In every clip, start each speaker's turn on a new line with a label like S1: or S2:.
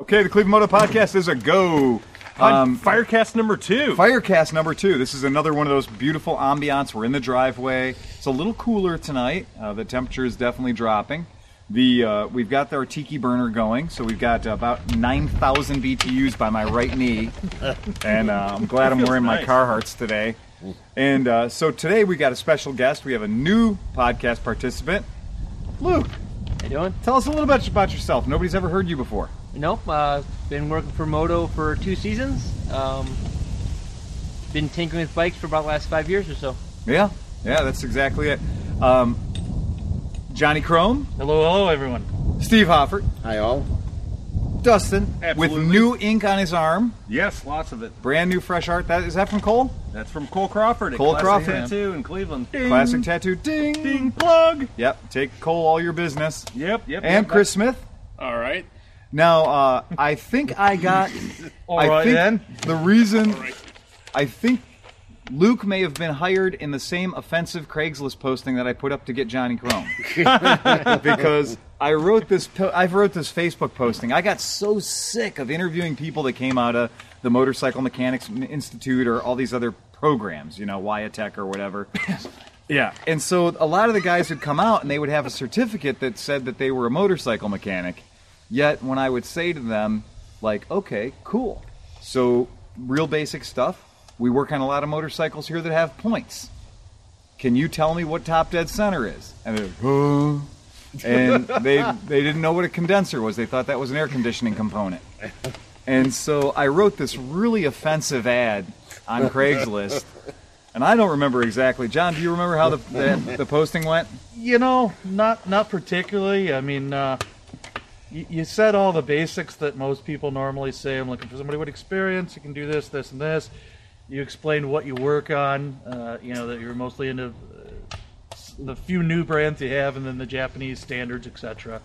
S1: Okay, the Cleveland Moto Podcast is a go. Um,
S2: On Firecast number two.
S1: Firecast number two. This is another one of those beautiful ambiance. We're in the driveway. It's a little cooler tonight. Uh, the temperature is definitely dropping. The uh, we've got our tiki burner going, so we've got about nine thousand BTUs by my right knee, and uh, I'm glad I'm wearing my
S2: nice.
S1: Carhartts today. And uh, so today we got a special guest. We have a new podcast participant, Luke.
S3: How you doing?
S1: Tell us a little bit about yourself. Nobody's ever heard you before.
S3: Nope. Uh, been working for Moto for two seasons. Um, been tinkering with bikes for about the last five years or so.
S1: Yeah, yeah, that's exactly it. Um, Johnny Chrome,
S2: Hello, hello, everyone.
S1: Steve Hoffert,
S4: Hi all.
S1: Dustin,
S2: Absolutely.
S1: with new ink on his arm,
S2: Yes, lots of it.
S1: brand new fresh art. That is that from Cole?
S2: That's from Cole Crawford at
S1: Cole
S2: Classic
S1: Crawford.
S2: Tattoo in Cleveland. Ding,
S1: Classic tattoo. Ding.
S2: Ding plug.
S1: Yep. Take Cole all your business.
S2: Yep, yep.
S1: And
S2: yep,
S1: Chris Smith.
S5: All right.
S1: Now, uh, I think I got.
S2: All
S1: I
S2: right,
S1: think
S2: then.
S1: the reason
S5: right.
S1: I think Luke may have been hired in the same offensive Craigslist posting that I put up to get Johnny Chrome because I wrote this. po- I wrote this Facebook posting. I got so sick of interviewing people that came out of the Motorcycle Mechanics Institute or all these other programs, you know, Wyatech or whatever. Yeah, and so a lot of the guys would come out and they would have a certificate that said that they were a motorcycle mechanic. Yet when I would say to them, like, okay, cool. So, real basic stuff. We work on a lot of motorcycles here that have points. Can you tell me what top dead center is? And they're like, "Huh?" and they they didn't know what a condenser was. They thought that was an air conditioning component. And so I wrote this really offensive ad on Craigslist. And I don't remember exactly. John, do you remember how the the, the posting went?
S6: You know, not not particularly. I mean, uh, you, you said all the basics that most people normally say. I'm looking for somebody with experience who can do this, this, and this. You explained what you work on. Uh, you know that you're mostly into uh, s- the few new brands you have, and then the Japanese standards, etc.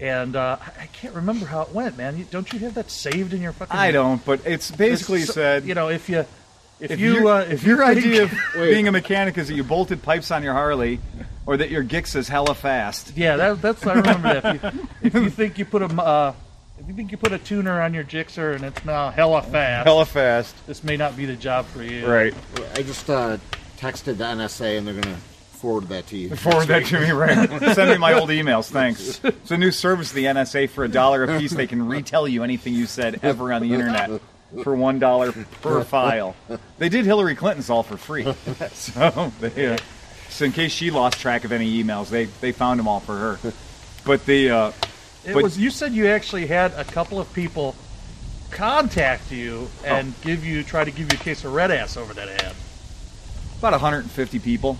S6: And uh, I I can't remember how it went, man. You, don't you have that saved in your fucking?
S1: I don't, but it's basically
S6: So-
S1: said
S6: You know, if you if,
S1: if,
S6: you
S1: your-
S6: uh,
S1: if your
S6: you think-
S1: idea of
S4: Wait.
S1: being a mechanic is that you bolted pipes on your Harley or that your Gix is hella fast.
S6: Yeah, that, that's I remember that. If you, if you think you put a m- uh, if you think you put a tuner on your Gixxer and it's now hella fast,
S1: fast.
S6: this may not be the job for you.
S1: Right.
S4: I just uh, texted the NSA and they're gonna forward that to you.
S1: Forward that to me, right? Send me my old emails, thanks. It's a new service, the NSA, for a dollar a piece. They can retell you anything you said ever on the internet for one dollar per file. They did Hillary Clinton's all for free, so they, uh, so in case she lost track of any emails, they they found them all for her. But the uh,
S6: It
S1: But-
S6: was you said you actually had a couple of people contact you
S1: Oh.
S6: and give you try to give you a case of red ass over that ad.
S1: about 150 people,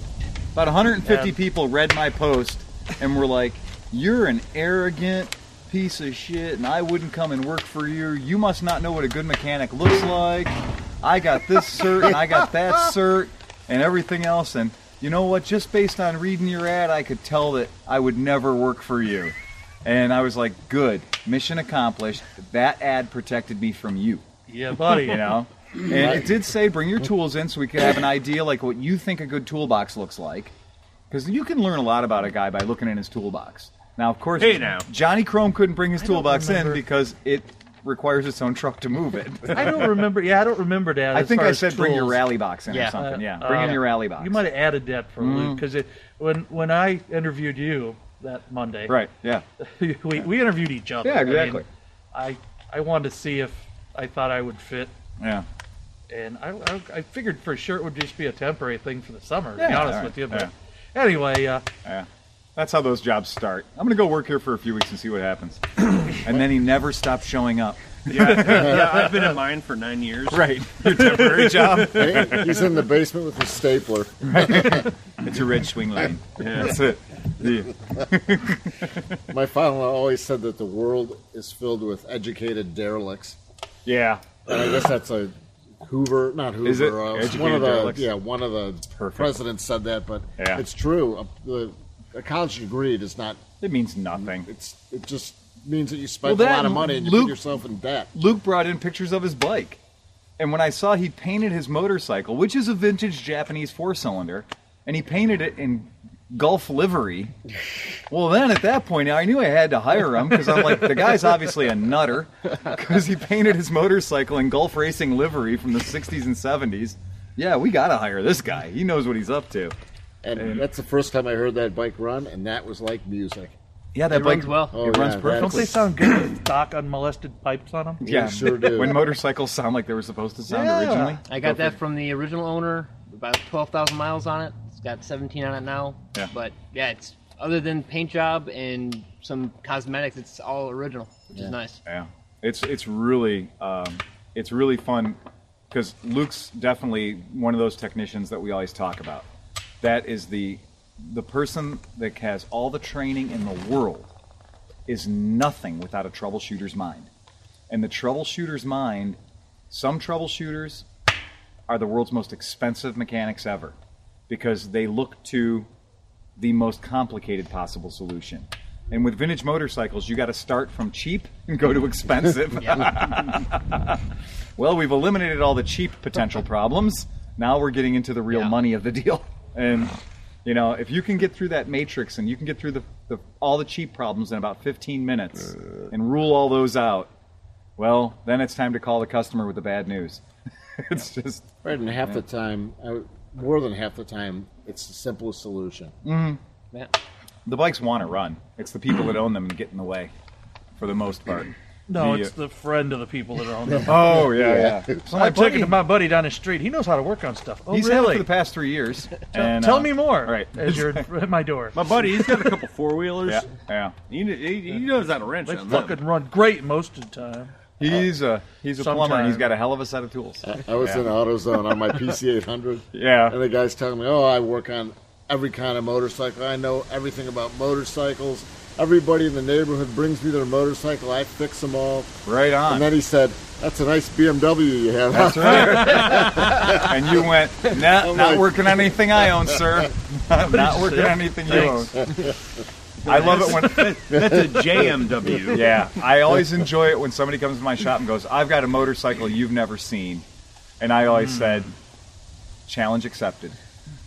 S1: about 150
S6: Yeah.
S1: people read my post and were like, "You're an arrogant." Piece of shit, and I wouldn't come and work for you. You must not know what a good mechanic looks like. I got this cert and I got that cert and everything else. And you know what? Just based on reading your ad, I could tell that I would never work for you. And I was like, good, mission accomplished. That ad protected me from you,
S6: Yeah, buddy.
S1: you know? And it did say bring your tools in so we could have an idea like what you think a good toolbox looks like. Because you can learn a lot about a guy by looking in his toolbox. Now, of course,
S2: Hey, now.
S1: Johnny Chrome couldn't bring his
S6: don't
S1: toolbox in
S6: remember.
S1: because it requires its own truck to move it.
S6: I don't remember. Yeah, I don't remember that.
S1: I
S6: as
S1: think
S6: far
S1: I
S6: as
S1: said bring your
S6: tools.
S1: rally box in or
S3: Yeah.
S1: something. Yeah,
S6: Uh,
S1: bring in
S6: uh,
S1: your rally box.
S6: You might have added that for
S1: Mm.
S6: Luke because when when I interviewed you that Monday,
S1: Right. Yeah.
S6: we, we interviewed each other.
S1: Yeah,
S6: I mean,
S1: exactly.
S6: I, I wanted to see if I thought I would fit,
S1: Yeah.
S6: and I, I, I figured for sure it would just be a temporary thing for the summer. To be
S1: Yeah,
S6: honest
S1: all right,
S6: with you, but anyway, uh,
S1: Yeah. That's how those jobs start. I'm gonna go work here for a few weeks and see what happens. and then he never stopped showing up.
S2: Yeah, yeah, I've been in mine for nine years.
S1: Right. Your temporary job.
S4: He's in the basement with a stapler.
S1: It's a red swing lane. Yeah. That's it. Yeah.
S4: My father always said that the world is filled with educated derelicts.
S1: Yeah.
S4: And I guess that's a Hoover, not Hoover.
S1: Is it?
S4: uh,
S1: Educated
S4: one of the
S1: derelicts?
S4: yeah, one of the
S1: Perfect.
S4: presidents said that, but
S1: Yeah.
S4: it's true. A, a, a college degree does not.
S1: It means nothing.
S4: It's it just means that you spend
S1: Well, that
S4: a lot of money and you
S1: Luke-
S4: put yourself in debt.
S1: Luke brought in pictures of his bike. And when I saw he painted his motorcycle, which is a vintage Japanese four cylinder, and he painted it in golf livery. Well, then at that point, I knew I had to hire him because I'm like, the guy's obviously a nutter because he painted his motorcycle in golf racing livery from the 60s and 70s. Yeah, we got to hire this guy. He knows what he's up to.
S4: And, that's the first time I heard that bike run, and that was like music.
S1: Yeah, that
S3: It
S1: bike
S3: runs well.
S4: Oh,
S1: it runs
S4: yeah,
S1: perfect.
S6: Don't they sound good with stock unmolested pipes on them?
S1: Yeah,
S4: They sure do.
S1: when motorcycles sound like they were supposed to sound
S6: Yeah.
S1: originally.
S3: I got that from the original owner. About twelve thousand miles on it. It's got seventeen on it now.
S1: Yeah.
S3: But yeah, it's other than paint job and some cosmetics, it's all original, which
S4: Yeah.
S3: is nice.
S1: Yeah, it's it's really um, it's really fun because Luke's definitely one of those technicians that we always talk about. That is the the person that has all the training in the world is nothing without a troubleshooter's mind, and the troubleshooter's mind. Some troubleshooters are the world's most expensive mechanics ever because they look to the most complicated possible solution. And with vintage motorcycles, you got to start from cheap and go to expensive. well, we've eliminated all the cheap potential problems. Now we're getting into the real
S3: Yeah.
S1: money of the deal. And you know, if you can get through that matrix and you can get through the, the all the cheap problems in about 15 minutes and rule all those out, well, then it's time to call the customer with the bad news. it's just
S4: Right, and half the time, I, more than half the time, it's the simplest solution.
S3: Yeah.
S1: The bikes want to run. It's the people that own them and get in the way, for the most part.
S6: No,
S1: The-
S6: it's the friend of the people that own them.
S1: Oh yeah, yeah. So my
S6: I'm talking
S1: buddy,
S6: to my buddy down the street. He knows how to work on stuff. Oh,
S1: he's had it
S6: really?
S1: for the past three years. and,
S6: Tell
S1: uh,
S6: me more.
S1: All right.
S6: As you're at my door.
S2: My buddy, he's got a couple four wheelers.
S1: Yeah, yeah.
S2: He, kn- he, he knows how to wrench
S6: They
S2: on them.
S6: fucking run great most of the time.
S1: He's a he's a plumber.
S6: sometime.
S1: and He's got a hell of a set of tools.
S4: I was
S1: Yeah.
S4: in AutoZone on my PC800, and
S1: Yeah,
S4: the guy's telling me, "Oh, I work on every kind of motorcycle. I know everything about motorcycles. Everybody in the neighborhood brings me their motorcycle. I fix them all."
S1: right
S4: And
S1: on.
S4: then he said, "That's a nice BMW you have."
S1: That's right. and you went, nah, not
S4: I'm like-
S1: working on anything I own, sir. not working on anything you own. I love it when
S2: That's a JMW.
S1: Yeah, I always enjoy it when somebody comes to my shop and goes, "I've got a motorcycle you've never seen," and I always said, "Challenge accepted,"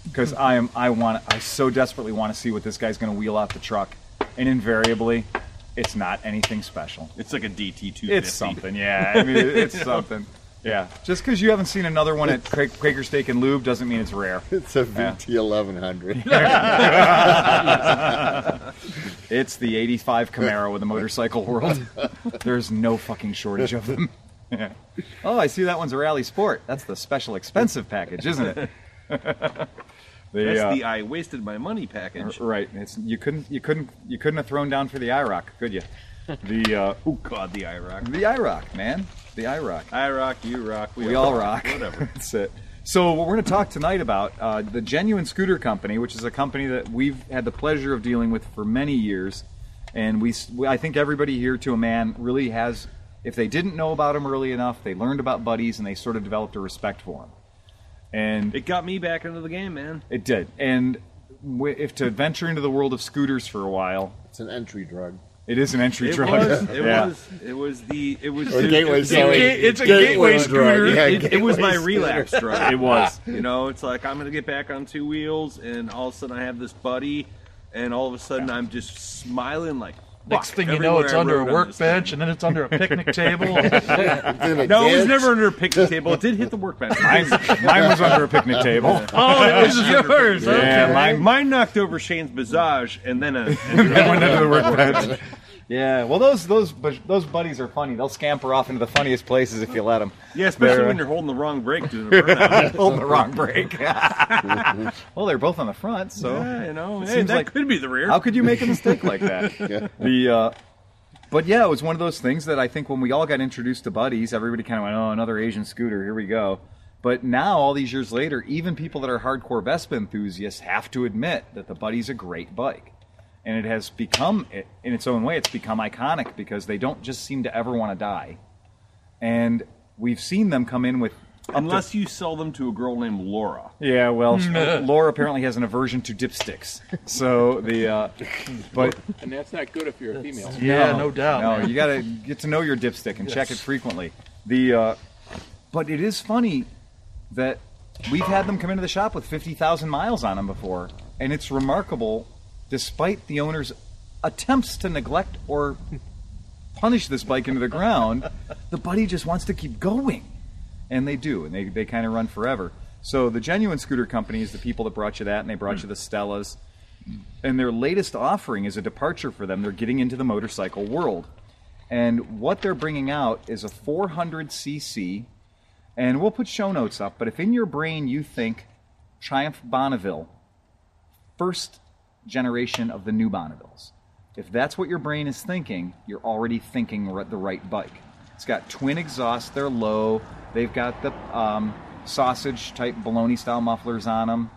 S1: because I am I want I so desperately want to see what this guy's going to wheel out the truck, and invariably, it's not anything special.
S2: It's like a DT two.
S1: It's something, yeah. I mean, it- it's something, yeah. Just because you haven't seen another one at Cra- Quaker Steak and Lube doesn't mean it's rare.
S4: It's a VT1100.
S1: It's the '85 Camaro of the motorcycle world. There's no fucking shortage of them. Yeah. Oh, I see that one's a rally sport. That's the special expensive package, isn't it? the,
S2: That's
S1: uh,
S2: the I wasted my money package.
S1: right. It's you couldn't you couldn't you couldn't have thrown down for the IROC, could you? The uh,
S2: Oh God, the I rock.
S1: the IROC, man, the IROC.
S2: I rock, you rock, we,
S1: We all rock.
S2: Whatever.
S1: That's it. So what we're going to talk tonight about uh, the Genuine Scooter Company, which is a company that we've had the pleasure of dealing with for many years, and we, s- we- I think everybody here to a man really has. If they didn't know about them early enough, they learned about buddies and they sort of developed a respect for them. And
S2: It got me back into the game, man.
S1: it did. And w- if to venture into the world of scooters for a while,
S4: It's an entry drug.
S1: it is an entry
S2: It
S1: drug.
S2: was. It
S1: Yeah.
S2: was. It was the. It was.
S4: Or
S2: it-
S4: gateway,
S2: it-
S4: sorry.
S2: it-
S6: it's a gateway scooter.
S4: Drug. Yeah,
S2: It, it was my
S4: gateway
S2: relapse drug.
S1: It was.
S2: You know, it's like I'm gonna get back on two wheels, and all of a sudden I have this buddy, and all of a sudden I'm just smiling like.
S6: Next
S2: fuck,
S6: thing you know,
S2: everywhere
S6: it's
S2: I
S6: under a
S2: rode on this
S6: workbench,
S2: thing.
S6: and then it's under a picnic table.
S4: It's in a
S2: No, it was
S4: ditch.
S2: never under a picnic table. It did hit the workbench.
S1: Mine, mine was under a picnic table.
S6: oh, it was yours.
S1: Yeah,
S6: okay.
S1: my-
S2: Mine, mine knocked over Shane's visage, and then a.
S1: Yeah, well, those those bu- those buddies are funny. They'll scamper off into the funniest places if you let them.
S2: yeah, especially
S1: They're-
S2: when you're holding the wrong brake doing a burnout.
S1: holding the wrong brake. well, they're both on the front, so
S2: yeah, you know,
S1: It
S2: hey,
S1: seems
S2: that
S1: like-
S2: could be the rear.
S1: how could you make a mistake like that? The uh, but yeah, it was one of those things that I think when we all got introduced to buddies, everybody kind of went, "Oh, another Asian scooter, here we go." But now, all these years later, even people that are hardcore Vespa enthusiasts have to admit that the Buddy's a great bike, and it has become, in its own way, it's become iconic because they don't just seem to ever want to die, and we've seen them come in with up to-
S2: Unless you sell them to a girl named Laura.
S1: Yeah, well, Laura apparently has an aversion to dipsticks. So the, uh, but
S5: And that's not good if you're a female.
S6: Yeah, no doubt,
S1: No,
S6: man.
S1: you got to get to know your dipstick and check it frequently. The, uh, but it is funny that we've had them come into the shop with fifty thousand miles on them before, and it's remarkable, despite the owner's attempts to neglect or punish this bike into the ground, the buddy just wants to keep going. And they do, and they, they kind of run forever. So the Genuine Scooter Company is the people that brought you that, and they brought you the Stellas. And their latest offering is a departure for them. They're getting into the motorcycle world. And what they're bringing out is a 400cc, and we'll put show notes up, but if in your brain you think Triumph Bonneville, first generation of the new Bonnevilles, if that's what your brain is thinking, you're already thinking r- the right bike. It's got twin exhausts, they're low, they've got the um, sausage type baloney style mufflers on them,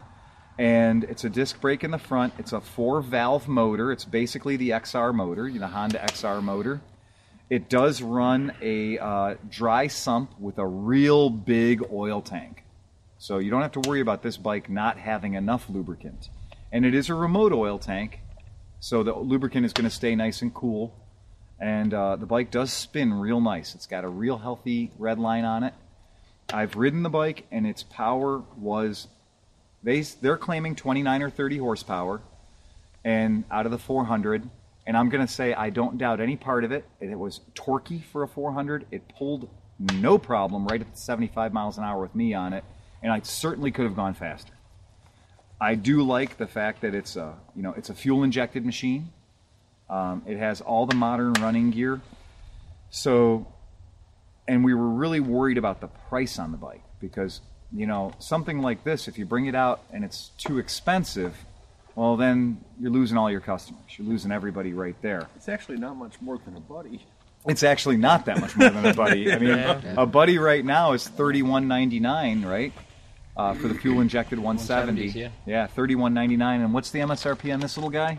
S1: and it's a disc brake in the front. It's a four valve motor, it's basically the XR motor, the Honda XR motor. It does run a uh, dry sump with a real big oil tank. So you don't have to worry about this bike not having enough lubricant. And it is a remote oil tank, so the lubricant is going to stay nice and cool. And uh, the bike does spin real nice. It's got a real healthy red line on it. I've ridden the bike, and its power was they they're claiming 29 or 30 horsepower, and out of the 400. And I'm going to say I don't doubt any part of it. It it was torquey for a 400. It pulled no problem right at 75 miles an hour with me on it, and I certainly could have gone faster. I do like the fact that it's a you know it's a fuel injected machine. Um, it has all the modern running gear. So, and we were really worried about the price on the bike because you know something like this, if you bring it out and it's too expensive, well then you're losing all your customers. You're losing everybody right there.
S2: It's actually not much more than a buddy.
S1: It's actually not that much more than a buddy. I mean, a buddy right now is thirty one ninety nine, right? Uh, for the fuel injected one seventy.
S3: 170s, yeah.
S1: thirty one ninety nine. And what's the MSRP on this little guy?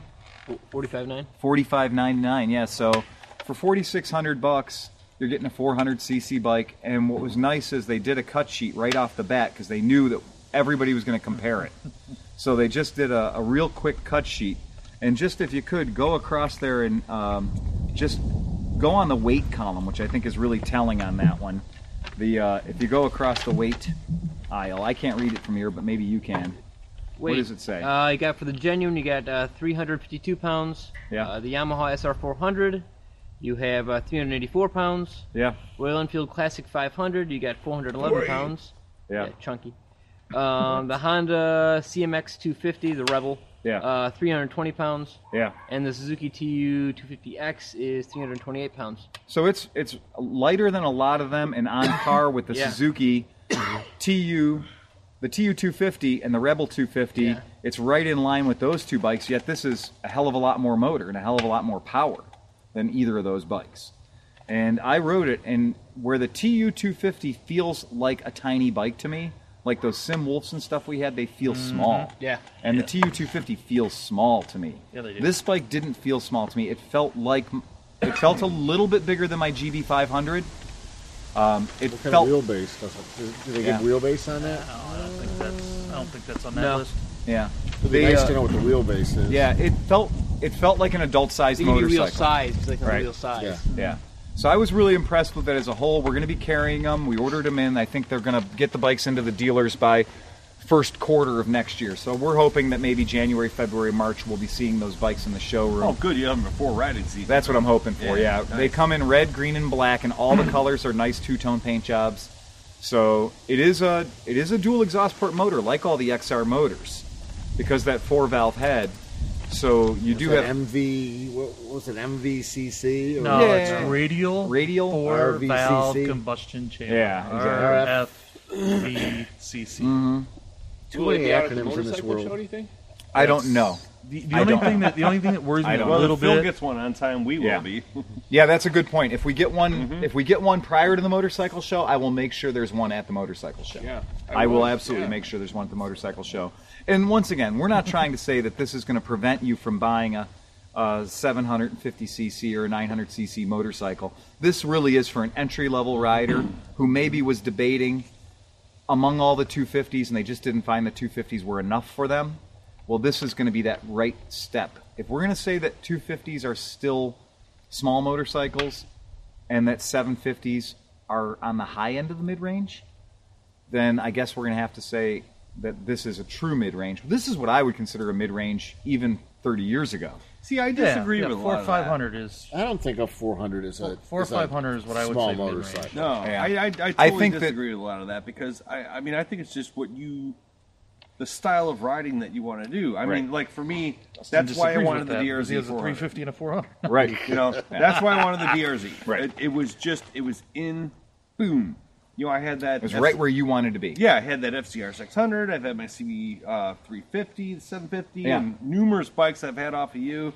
S3: Forty-five nine.
S1: Forty five ninety nine. Yeah. So for forty six hundred bucks, you're getting a four hundred cc bike. And what was nice is they did a cut sheet right off the bat because they knew that everybody was going to compare it. So they just did a, a real quick cut sheet. And just if you could go across there and um, just go on the weight column, which I think is really telling on that one. The uh, if you go across the weight aisle, I can't read it from here, but maybe you can. What does it say?
S3: Uh, you got for the genuine, you got uh, 352 pounds.
S1: Yeah.
S3: Uh, the Yamaha SR400, you have uh, 384 pounds.
S1: Yeah,
S3: Royal Enfield Classic 500, you got 411 pounds.
S1: yeah,
S3: chunky. Um, the Honda CMX 250, the Rebel,
S1: Yeah.
S3: uh, 320 pounds,
S1: yeah.
S3: and the Suzuki TU 250X is 328 pounds.
S1: So it's it's lighter than a lot of them, and on par with the
S3: Yeah.
S1: Suzuki Tu, the Tu 250 and the Rebel 250.
S3: Yeah.
S1: It's right in line with those two bikes. Yet this is a hell of a lot more motor and a hell of a lot more power than either of those bikes. And I rode it, and where the Tu 250 feels like a tiny bike to me, like those Sim Wolfs and stuff we had, they feel small.
S3: Mm-hmm. Yeah.
S1: And the Tu 250 feels small to me.
S6: Yeah, they do.
S1: This bike didn't feel small to me. It felt like it felt a little bit bigger than my GB500. Um, it
S4: What kind
S1: felt
S4: of wheelbase? Does it, do- do they
S1: Yeah.
S4: get wheelbase on that?
S6: I don't think that's. I don't think that's on that
S3: No.
S6: list.
S1: yeah.
S4: It'd be nice
S1: uh,
S4: to know what the wheelbase is.
S1: Yeah, it felt it felt like an adult-sized
S3: They give you
S1: motorcycle.
S3: real size, it's like a
S1: Right.
S3: real size.
S4: Yeah.
S1: Yeah. So I was really impressed with it as a whole. We're going to be carrying them. We ordered them in. I think they're going to get the bikes into the dealers by first quarter of next year. So we're hoping that maybe January, February, March we'll be seeing those bikes in the showroom.
S2: Oh, good, you have them before riding season.
S1: That's what I'm hoping for. Yeah,
S2: Yeah,
S1: they
S2: nice.
S1: come in red, green, and black, and all the colors are nice two-tone paint jobs. So it is a it is a dual exhaust port motor, like all the XR motors, because that four valve head. So you do
S4: Is that
S1: have
S4: MV. What what was it? MVCC? Or
S6: No,
S1: Yeah.
S6: it's radial,
S1: Radial?
S6: four valve
S4: RVCC.
S6: combustion chamber.
S1: Yeah, Mm.
S6: RFVCC.
S4: Too many acronyms in this
S5: Show, do
S4: world.
S5: you think?
S1: I don't know.
S6: The, the
S1: I
S6: only
S1: don't
S6: thing
S1: know.
S6: that the only thing that worries
S1: I
S6: me a
S1: don't
S2: well,
S6: little
S2: if Phil
S6: bit.
S2: gets one on time, we
S1: Yeah.
S2: will be.
S1: Yeah, that's a good point. If we get one, if we get one prior to the motorcycle show, I will make sure there's one at the motorcycle show.
S5: Yeah,
S1: I, will
S5: was,
S1: absolutely
S5: yeah.
S1: make sure there's one at the motorcycle show. And once again, we're not trying to say that this is going to prevent you from buying a, a 750cc or 900cc motorcycle. This really is for an entry level rider who maybe was debating among all the 250s and they just didn't find the 250s were enough for them. Well, this is going to be that right step. If we're going to say that 250s are still small motorcycles and that 750s are on the high end of the mid range, then I guess we're going to have to say that this is a true mid range. This is what I would consider a mid range even 30 years ago.
S2: See, I disagree
S6: yeah,
S2: with a
S6: four
S2: lot of that.
S6: five hundred is
S4: I don't think a 400 is a
S6: four
S4: is a
S6: 500 is what I would
S4: small
S6: say mid-range.
S4: motorcycle.
S2: No,
S1: Yeah.
S2: I, I, I totally
S1: I think that-
S2: disagree with a lot of that because I, I mean, I think it's just what you, the style of riding that you want to do. I mean,
S1: Right.
S2: like for me,
S6: Justin
S2: that's why I
S6: disagrees
S2: wanted
S6: with
S2: the
S6: that, because He
S2: DRZ
S6: has a
S2: 400.
S6: 350 and a 400.
S1: Right.
S2: You know, that's why I wanted the DRZ.
S1: Right.
S2: It, it was just, it was in, boom. You know, I had that.
S1: It's
S2: F-
S1: right where you wanted to be.
S2: Yeah, I had that FCR 600. I've had my CB uh, 350, 750,
S1: Yeah.
S2: and numerous bikes I've had off of you.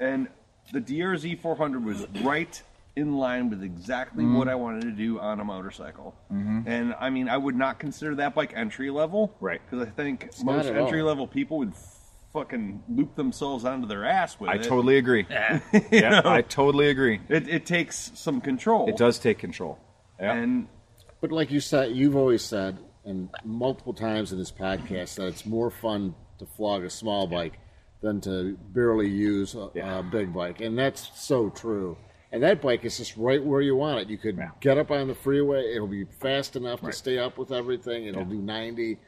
S2: And the DRZ 400 was right in line with exactly
S1: Mm-hmm.
S2: what I wanted to do on a motorcycle. And I mean, I would not consider that bike entry level.
S1: Right.
S2: Because I think
S4: not
S2: most
S4: at all.
S2: entry level people would fucking loop themselves onto their ass with
S1: I
S2: it.
S1: totally agree. yeah, I totally agree.
S2: It, it takes some control.
S1: It does take control. Yeah.
S2: And
S4: But like you said, you've always said, and multiple times in this podcast, that it's more fun to flog a small bike than to barely use a,
S1: Yeah.
S4: a big bike, and that's so true. And that bike is just right where you want it. You could
S1: Yeah.
S4: get up on the freeway; it'll be fast enough
S1: Right.
S4: to stay up with everything. It'll do ninety.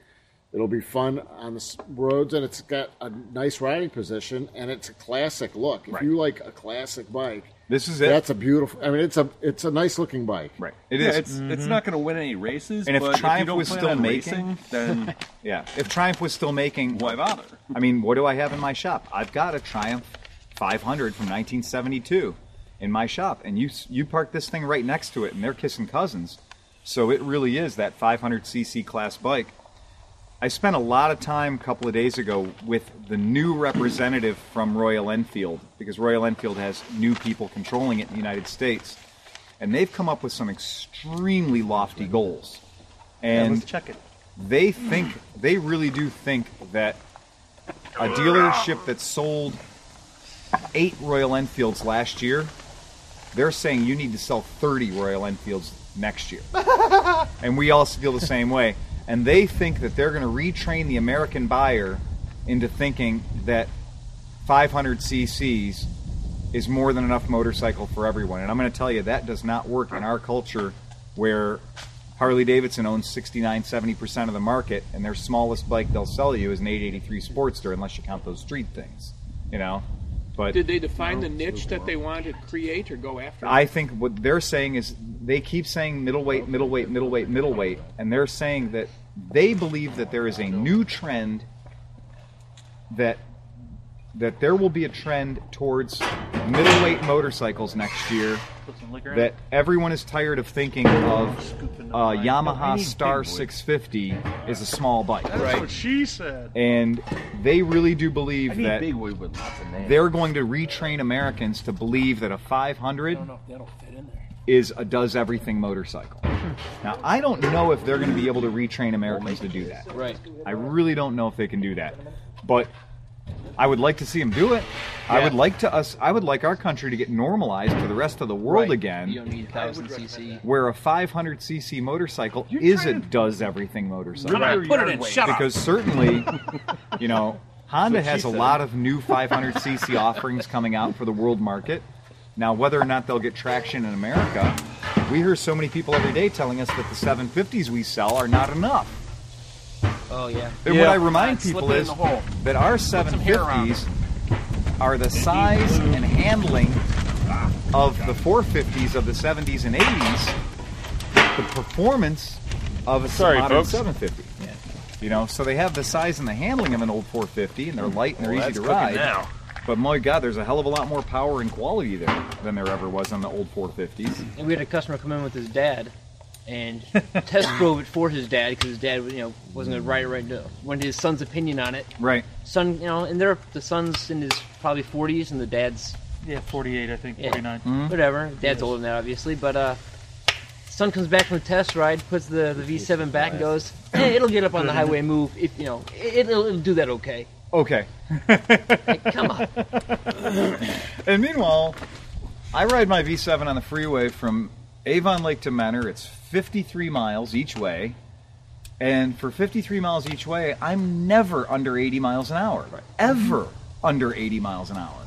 S4: It'll be fun on the s- roads, and it's got a nice riding position, and it's a classic look. If
S1: Right.
S4: you like a classic bike,
S1: this is it.
S4: that's a beautiful. I mean, it's a it's a nice looking bike.
S1: right. It
S2: yeah,
S1: is.
S2: it's it's not going to win any races.
S1: And if
S2: but if you
S1: Triumph
S2: don't
S1: was
S2: plan
S1: still
S2: on
S1: making-
S2: racing, then
S1: Yeah. If Triumph was still making,
S2: why bother?
S1: I mean, what do I have in my shop? I've got a Triumph 500 from 1972 in my shop, and you you park this thing right next to it, and they're kissing cousins. So it really is that 500cc class bike. I spent a lot of time a couple of days ago with the new representative from Royal Enfield because Royal Enfield has new people controlling it in the United States, and they've come up with some extremely lofty goals.
S6: Yeah,
S1: And
S6: let's check it.
S1: they think they really do think that a dealership that sold eight Royal Enfields last year, they're saying you need to sell 30 Royal Enfields next year. and we all feel the same way. And they think that they're going to retrain the American buyer into thinking that 500 cc's is more than enough motorcycle for everyone. And I'm going to tell you that does not work in our culture where Harley Davidson owns 69, 70% of the market, and their smallest bike they'll sell you is an 883 Sportster, unless you count those street things, you know. But
S5: Did they define the niche that they wanted to create or go after?
S1: I think what they're saying is they keep saying middleweight, middleweight, middleweight, middleweight, and they're saying that they believe that there is a new trend that that there will be a trend towards middleweight motorcycles next year.
S6: Put some liquor in
S1: That
S6: it.
S1: everyone is tired of thinking of
S6: Scooping up
S1: uh,
S6: my-
S1: Yamaha
S6: I need
S1: Star
S6: big boy.
S1: 650 is a small bike,
S6: That's what she said.
S1: and they really do believe that
S2: wood with lots of names.
S1: they're going to retrain Americans to believe that a 500
S5: know if that'll fit in there.
S1: is a does everything motorcycle. Now, I don't know if they're going to be able to retrain Americans to do that.
S5: Right.
S1: I really don't know if they can do that. But I would like to see them do it. I would like to us I would like our country to get normalized to the rest of the world
S3: You
S1: again
S3: don't need 1,000 cc.
S1: where a 500cc motorcycle is a does everything motorcycle
S5: Put it in. Shut up.
S1: because certainly, you know, Honda has a lot of new 500cc offerings coming out for the world market. Now, whether or not they'll get traction in America, we hear so many people every day telling us that the 750s we sell are not enough.
S3: Oh, yeah.
S1: And
S6: Yeah.
S1: what I remind
S5: Slip
S1: people
S5: it in
S1: is
S5: the hole.
S1: that our
S5: some hair around
S1: 750s are the size and handling of the 450s of the 70s and 80s, the performance of a
S5: Sorry,
S1: modern
S5: folks.
S1: 750. You know, so they have the size and the handling of an old 450, and they're light and they're easy to ride. But my God, there's a hell of a lot more power and quality there than there ever was on the old 450s.
S3: And we had a customer come in with his dad and test drove it for his dad because his dad, you know, wasn't going to ride it right now. Wanted his son's opinion on it.
S1: Right.
S3: Son, you know, and they're the son's in his probably 40s and the dad's
S6: Yeah, 48, I think,
S3: Yeah.
S6: 49.
S1: Mm.
S3: whatever. Dad's older than that, obviously, but uh, son comes back from the test ride, puts the, the V7 back, and goes, "Hey, it'll get up on the highway and move. If you know, it, it'll, it'll do that okay."
S1: Okay.
S3: Like, come on,
S1: And meanwhile, I ride my V7 on the freeway from Avon Lake to Menor. It's 53 miles each way. And for 53 miles each way, I'm never under 80 miles an hour. Ever under 80 miles an hour.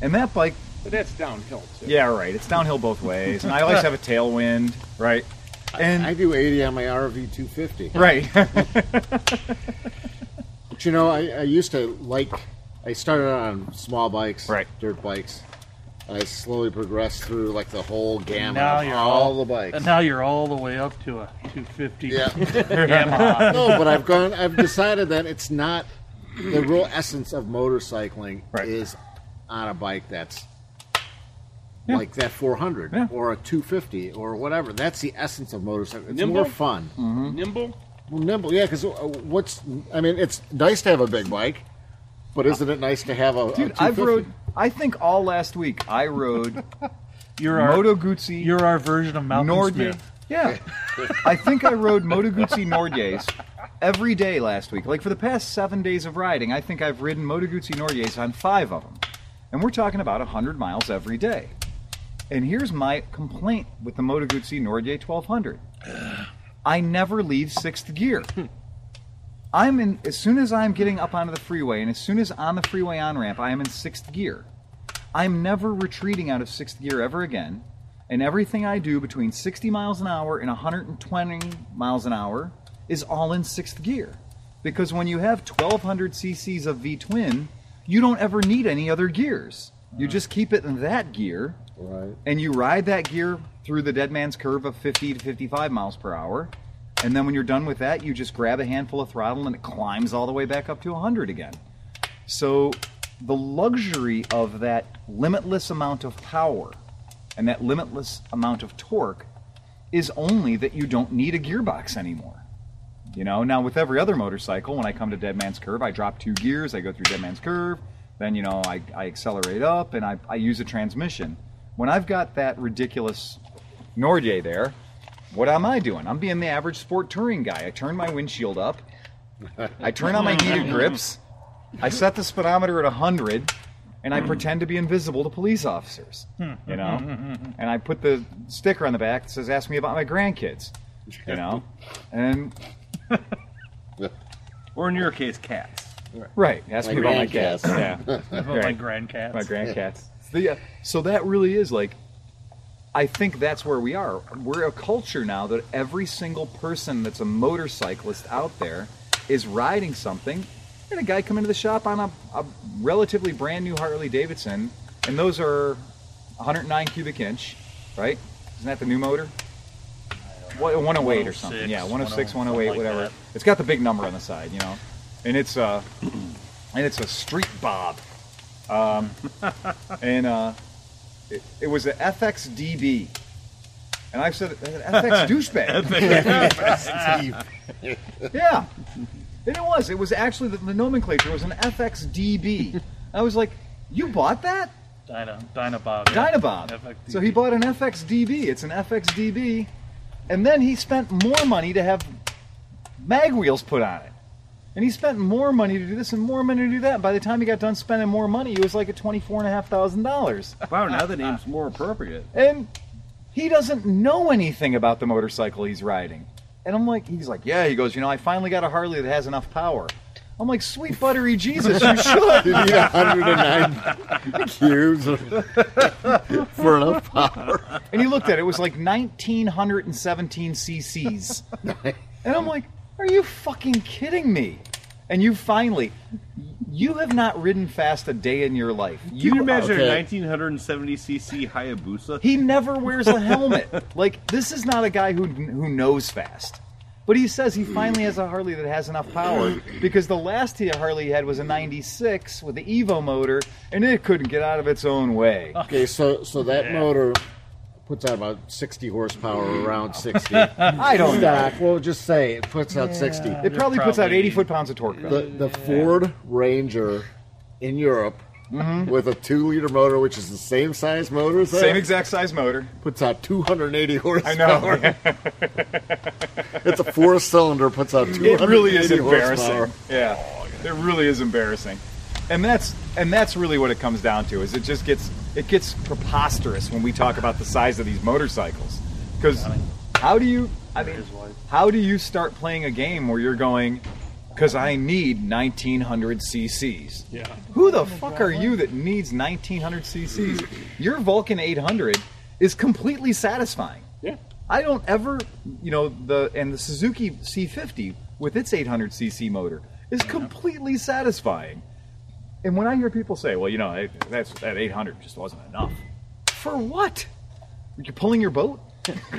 S1: And that bike,
S5: But that's downhill too.
S1: yeah, right. It's downhill both ways. And I always have a tailwind, right? And
S4: I do 80 on my RV 250.
S1: right,
S4: But you know, I, I used to like. I started out on small bikes,
S1: Right.
S4: dirt bikes. I slowly progressed through like the whole gamut
S6: now
S4: of
S6: you're
S4: all
S6: all-
S4: the bikes.
S6: And now you're all the way up to a 250
S4: yeah,
S6: Yamaha.
S4: no, but I've gone. I've decided that it's not the real essence of motorcycling
S1: Right.
S4: is on a bike that's
S1: Yeah.
S4: like that 400
S1: Yeah.
S4: or a 250 or whatever. That's the essence of motorcycling. It's
S5: Nimble?
S4: more fun.
S5: Nimble?
S4: Well, nimble, yeah. Because what's? I mean, it's nice to have a big bike, but isn't it nice to have a? a
S1: dude. I've
S4: 250?
S1: rode. I think all last week I rode
S6: You're our,
S1: Moto Guzzi,
S6: you're our version of Malcolm
S1: Nord.
S6: Smith.
S1: Yeah, I think I rode Moto Guzzi Nordiers every day last week. Like for the past seven days of riding, I think I've ridden Moto Guzzi Nordiers on five of them, and we're talking about hundred miles every day. And here's my complaint with the Moto Guzzi Nordier 1200. I never leave sixth gear. I'm in as soon as I'm getting up onto the freeway, and as soon as on the freeway on ramp, I am in sixth gear. I'm never retreating out of sixth gear ever again, and everything I do between 60 miles an hour and 120 miles an hour is all in sixth gear. Because when you have 1200 cc's of V twin, you don't ever need any other gears. You just keep it in that gear,
S4: Right.
S1: and you ride that gear through the dead man's curve of 50 to 55 miles per hour. And then when you're done with that, you just grab a handful of throttle and it climbs all the way back up to 100 again. So the luxury of that limitless amount of power and that limitless amount of torque is only that you don't need a gearbox anymore. You know, now with every other motorcycle, when I come to Dead Man's Curve, I drop two gears, I go through Dead Man's Curve, then, you know, I, I accelerate up and I, I use a transmission. When I've got that ridiculous Nordier there, what am I doing? I'm being the average sport touring guy. I turn my windshield up, I turn on my heated grips, I set the speedometer at 100, and I pretend to be invisible to police officers,
S6: Hmm,
S1: you know? and I put the sticker on the back that says, Ask me about my grandkids, you know? And
S2: Or in your case, cats.
S1: Right. Ask
S4: My
S1: me about my cats.
S4: grandcats.
S1: Yeah.
S6: About my grandcats.
S1: my grandcats. So, yeah. So that really is like, I think that's where we are. We're a culture now that every single person that's a motorcyclist out there is riding something, and a guy come into the shop on a, a relatively brand new Harley Davidson, and those are 109 cubic inch, right? Isn't that the new motor? What- 108 or something.
S6: 106,
S1: Yeah, 106,
S6: 108,
S1: 108,
S6: like
S1: whatever.
S6: that.
S1: It's got the big number on the side, you know, and it's uh, and it's a street bob. Um, and uh, it, it was an FXDB. And I said, "An FX douchebag. yeah. And it was. It was actually, the, the nomenclature was an FXDB. I was like, you bought that?
S6: Dyna, Dynabob. yeah.
S1: Dynabob.
S6: FXDB.
S1: So he bought an FXDB. It's an FXDB. And then he spent more money to have mag wheels put on it. And he spent more money to do this and more money to do that. And by the time he got done spending more money, he was like at $24,500.
S2: Wow, now the name's more appropriate.
S1: And he doesn't know anything about the motorcycle he's riding. And I'm like, he's like, yeah. He goes, you know, I finally got a Harley that has enough power. I'm like, sweet buttery Jesus, you should.
S4: You need 109 cubes for enough power.
S1: And he looked at it, it was like 1917 cc's. And I'm like, are you fucking kidding me? And you finally, you have not ridden fast a day in your life. You,
S2: Can you imagine
S4: okay.
S2: a 1970cc Hayabusa?
S1: He never wears a helmet. like this is not a guy who who knows fast. But he says he finally has a Harley that has enough power because the last he Harley he had was a 96 with the Evo motor and it couldn't get out of its own way.
S4: Okay, so so that motor puts out about 60 horsepower, around 60.
S1: I don't know.
S4: Stock, we'll just say it puts out 60.
S1: It probably puts out
S6: probably-
S1: 80 foot pounds of torque. though.
S4: The, the Ford Ranger in Europe with a two liter motor, which is the same size motor as that,
S1: Mm-hmm. Same exact size motor.
S4: puts out 280 horsepower.
S1: I know.
S4: It's a four cylinder, puts out 280
S1: it really is embarrassing.
S4: horsepower. Oh,
S1: Yeah, it really is embarrassing, and that's and that's really what it comes down to. Is it just gets it gets preposterous when we talk about the size of these motorcycles? Because how do you? I mean, how do you start playing a game where you're going? Because I need 1900 cc's.
S5: Yeah.
S1: Who the fuck are you that needs 1900 cc's? Your Vulcan 800 is completely satisfying.
S5: Yeah.
S1: I don't ever, you know, the and the Suzuki C50 with its 800cc motor is completely satisfying. And when I hear people say, "Well, you know, I- that's that 800 just wasn't enough," for what? You're pulling your boat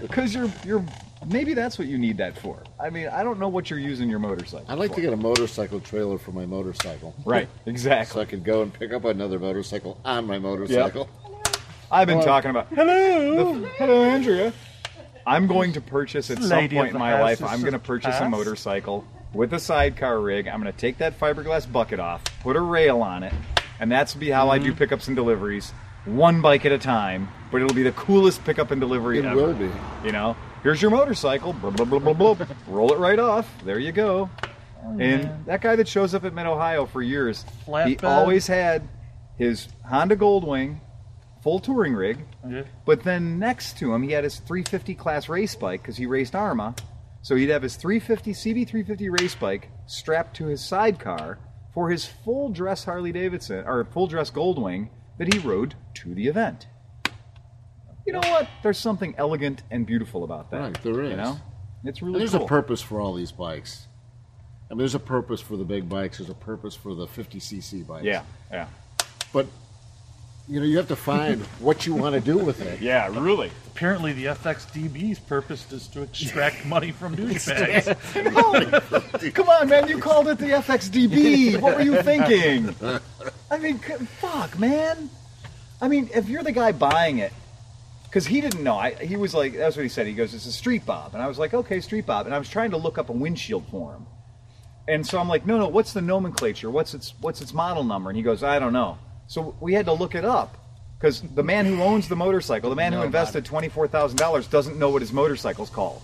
S1: because you're you're maybe that's what you need that for. I mean, I don't know what you're using your motorcycle.
S4: I'd like
S1: for.
S4: to get a motorcycle trailer for my motorcycle.
S1: right
S4: So
S1: exactly.
S4: I could go and pick up another motorcycle on my motorcycle.
S1: I've been talking about hello, hello, Andrea. I'm going to purchase at some
S6: Lady of
S1: point in
S6: the
S1: my
S6: house
S1: life.
S6: is
S1: I'm
S6: so
S1: going to purchase a
S6: fast.
S1: motorcycle with a sidecar rig. I'm going to take that fiberglass bucket off, put a rail on it, and that's be how I do
S6: Mm-hmm.
S1: pickups and deliveries, one bike at a time. But it'll be the coolest pickup and delivery
S4: It
S1: ever.
S4: will be.
S1: You know, here's your motorcycle. Blah, blah, blah, blah, blah. Roll it right off. There you go. and that guy that shows up at Mid Ohio for years, he
S6: Flatbed.
S1: always had his Honda Goldwing, full touring rig.
S6: Yeah.
S1: But then next to him, he had his 350 class race bike because he raced Arma. So he'd have his 350 CB350 race bike strapped to his sidecar for his full dress Harley Davidson or full dress Goldwing that he rode to the event. You know what? There's something elegant and beautiful about that.
S4: Right, there
S1: You
S4: is.
S1: know, it's
S4: And
S1: really
S4: there's
S1: cool.
S4: a purpose for all these bikes. I mean, there's a purpose for the big bikes. There's a purpose for the 50cc bikes.
S1: yeah, yeah,
S4: But, you know, you have to find what you want to do with it.
S1: yeah. Really.
S6: Apparently, the FXDB's purpose is to extract money from douchebags.
S1: Come on, man! You called it the FXDB. What were you thinking? I mean, c- fuck, man. I mean, if you're the guy buying it, because he didn't know. I, he was like, that's what he said. He goes, it's a street bob, and I was like, okay, street bob, and I was trying to look up a windshield for him, and so I'm like, no, no, what's the nomenclature? What's its what's its model number? And he goes, I don't know. So we had to look it up. Because the man who owns the motorcycle, the man who invested twenty four thousand dollars, doesn't know what his motorcycle's called.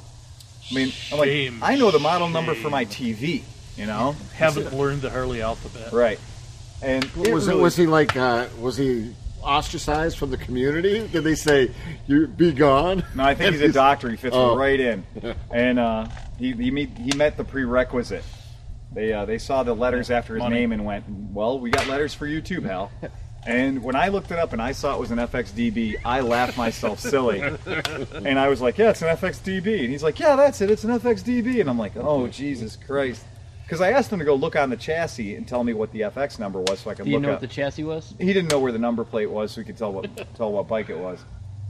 S1: I mean, I'm like,
S6: Shame,
S1: I know the model number for my TV, you know?
S6: Haven't learned the Harley alphabet.
S1: Right. And
S4: What was,
S1: really-
S4: it, was he like, uh, was he ostracized from the community? Did they say, you be gone?
S1: No, I think he's a doctor. He fits
S4: Oh.
S1: right in, and uh, he he, meet, he met the prerequisite. They uh, they saw the letters after his
S6: Money.
S1: name and went, "Well, we got letters for you too, pal." And when I looked it up and I saw it was an FXDB, I laughed myself silly. And I was like, "Yeah, it's an FXDB." And he's like, "Yeah, that's it. It's an FXDB." And I'm like, "Oh, Jesus Christ!" Because I asked him to go look on the chassis and tell me what the FX number was, so I could
S3: Do you
S1: look
S3: know
S1: up
S3: what the chassis was?
S1: he didn't know where the number plate was, so he could tell what tell what bike it was.